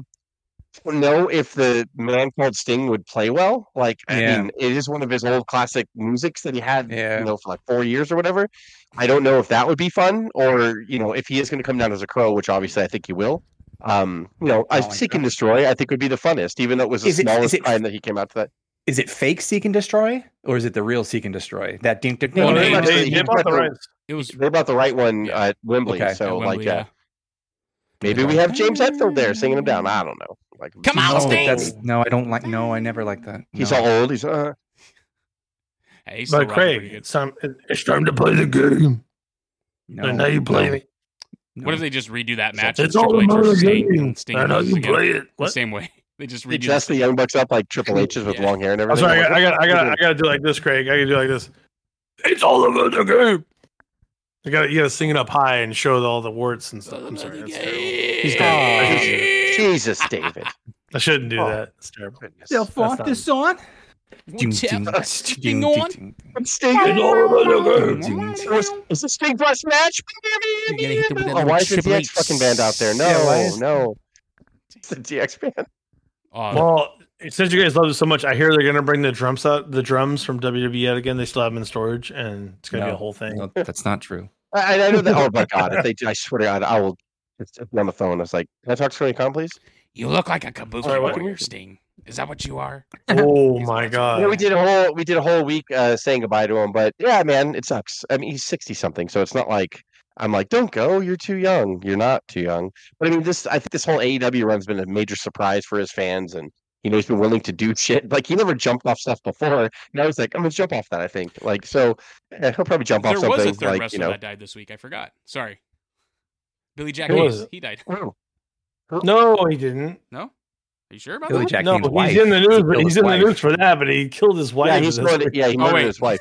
know if the man called Sting would play well. Like I Yeah. mean, it is one of his old classic musics that he had, Yeah. you know, for like four years or whatever. I don't know if that would be fun, or you know, if he is going to come down as a crow, which obviously I think he will. Um, you know, I Oh, my seek God. and destroy. I think would be the funnest, even though it was the Is it- is smallest it- time that he came out to that. is it fake Seek and Destroy or is it the real Seek and Destroy? That dink dink. Well, dink, No, they- dink, they, dink. they, he they bought put the the- rights. It was They brought the right one Yeah. at Wembley, Okay. so at like Wembley, yeah. yeah. Maybe we have James Hetfield there singing him down. I don't know. Like Come on, No, Sting! that's no. I don't like. No, I never like that. he's No. all old. He's uh, Hey, he's still But rocking Craig, pretty good. it's time. it- It's time to play the game. No, I know you play no, me. no. What if they just redo that match? with It's all Triple H about the versus Sting, game. and Sting I know loses you again? play it. the What? same way. They just he redo dressed the the young bucks up like Triple H's with Yeah. long hair and I'm everything. sorry. I Like, got. I got. I got to do like this, Craig. I got to do like this. It's all about the game. You got. to You got to sing it up high and show all the warts and stuff. I'm sorry. That's terrible. He's dead. I shouldn't- Jesus, David. I shouldn't do Oh. that. It's terrible. Goodness. They'll font not- this on. Ding, ding, that thing ding, ding, on? ding, ding. But Sting is all about the game. Is this Sting plus match? You're gonna hit them with that Oh, little why is the Triple DX H. fucking band out there? No, Yeah, why is- no. It's the DX band. Oh, Well, since you guys love it so much, I hear they're gonna bring the drums out. The drums from WWE yet again. They still have them in storage, and it's gonna be No. a whole thing. No, that's not true. I, I know that. Oh my God! If they, do, I swear to God, I will. It's it's on the phone. I was like, "Can I talk to Tony Khan, please?" you look like a kabuki Sorry, what? warrior, Sting. Is that what you are? Oh He's my awesome. god. Yeah, we did a whole we did a whole week uh, saying goodbye to him, but yeah, man, it sucks. I mean, he's sixty something, so it's not like I'm like, don't go, you're too young. You're not too young. But I mean, this I think this whole AEW run's been a major surprise for his fans, and you know he's been willing to do shit. Like he never jumped off stuff before. Now he's like, I'm gonna jump off that. I think like so eh, he'll probably jump there was off something a third like wrestler you know. that died this week. I forgot. Sorry. Billy Jack Who was Hayes. it? He died. Are Oh, No, he didn't. you sure about Billy that? Jack no, Haynes' he's wife. in the He news. killed he's his in wife. the news for that, but he killed his wife. yeah, he's That's- murdered, yeah, he murdered Oh, wait. his wife.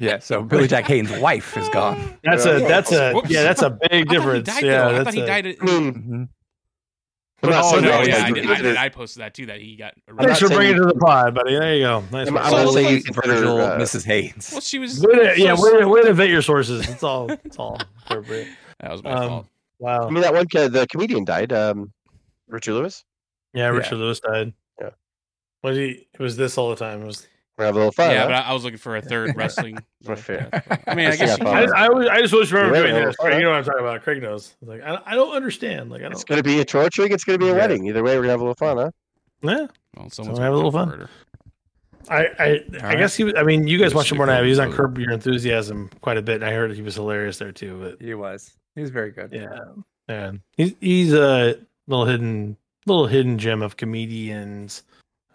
Yeah, so Billy Jack Haynes' wife is gone. That's a that's a Whoops. yeah, that's a big I thought he difference. died. Yeah, though. I that's thought he a- died. at- I mean, Mhm. I'm not Oh, Oh saying no! that Yeah, was I the did. I, reason. did. I posted that too. That he got. I'm Thanks arrested. not for bringing it saying- to the pod, buddy. There you go. Nice I'm- one. I will So say it's you- Virgil, uh, Mrs. Haynes. Well, she was. Way to- yeah, so- way to, way to vet your sources. It's all it's all appropriate. That was my um, fault. I Wow. mean, that one kid, the comedian died. Um, Richard Lewis. Yeah, Richard Lewis died. Yeah. What he it was this all the time. It was We're having a little fun. yeah, huh? but I, I was looking for a third wrestling. For fair. I mean, I Just guess see you how uh, I, can- far- just- I, was, I just always remember You're doing right, this. all right. You know what I'm talking about? Craig knows. It's Like I, I don't understand. Like I It's don't. gonna be a troll trick. It's gonna be a Yeah. wedding. Either way, we're gonna have a little fun, huh? Yeah. Well, someone's Wanna have a gonna little go fun? for it. I I, I right. guess he was. I mean, you guys Let's watch him stick more than I have. with He was on Cody. Curb Your Enthusiasm quite a bit, and I heard he was hilarious there too. He was. He was very good. But yeah, man, he's he's a little hidden little hidden gem of comedians.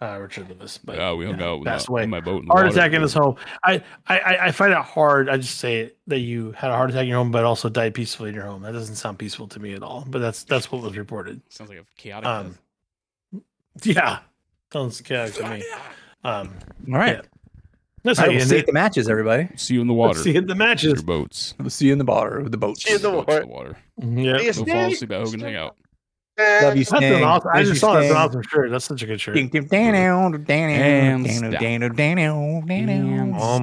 Uh, Richard Lewis, but Yeah, oh, we hung yeah, out in passed the- away. in my boat. in the Heart water. attack in his home. I, I I- I find it hard. I just say it, that you had a heart attack in your home, but also died peacefully in your home. That doesn't sound peaceful to me at all. But that's that's what was reported. Sounds like a chaotic. Um, yeah, sounds chaotic to me. Um, All right. Yeah. that's All how right you we'll end see you it. at the matches, everybody. death. see you in the Let's water. see the Your matches. boats. We'll see you in the bar with the boats. See you in the Your boats in water. the water. Yeah. Be a Don't fall snake. asleep at Hogan Hangout. Love you, That's an Sting. awesome. I Miss just you, saw that's an Sting. awesome shirt. That's such a good shirt. Ding, ding, Daniel, Daniel, And Daniel, stop. Daniel, Daniel, Daniel. Oh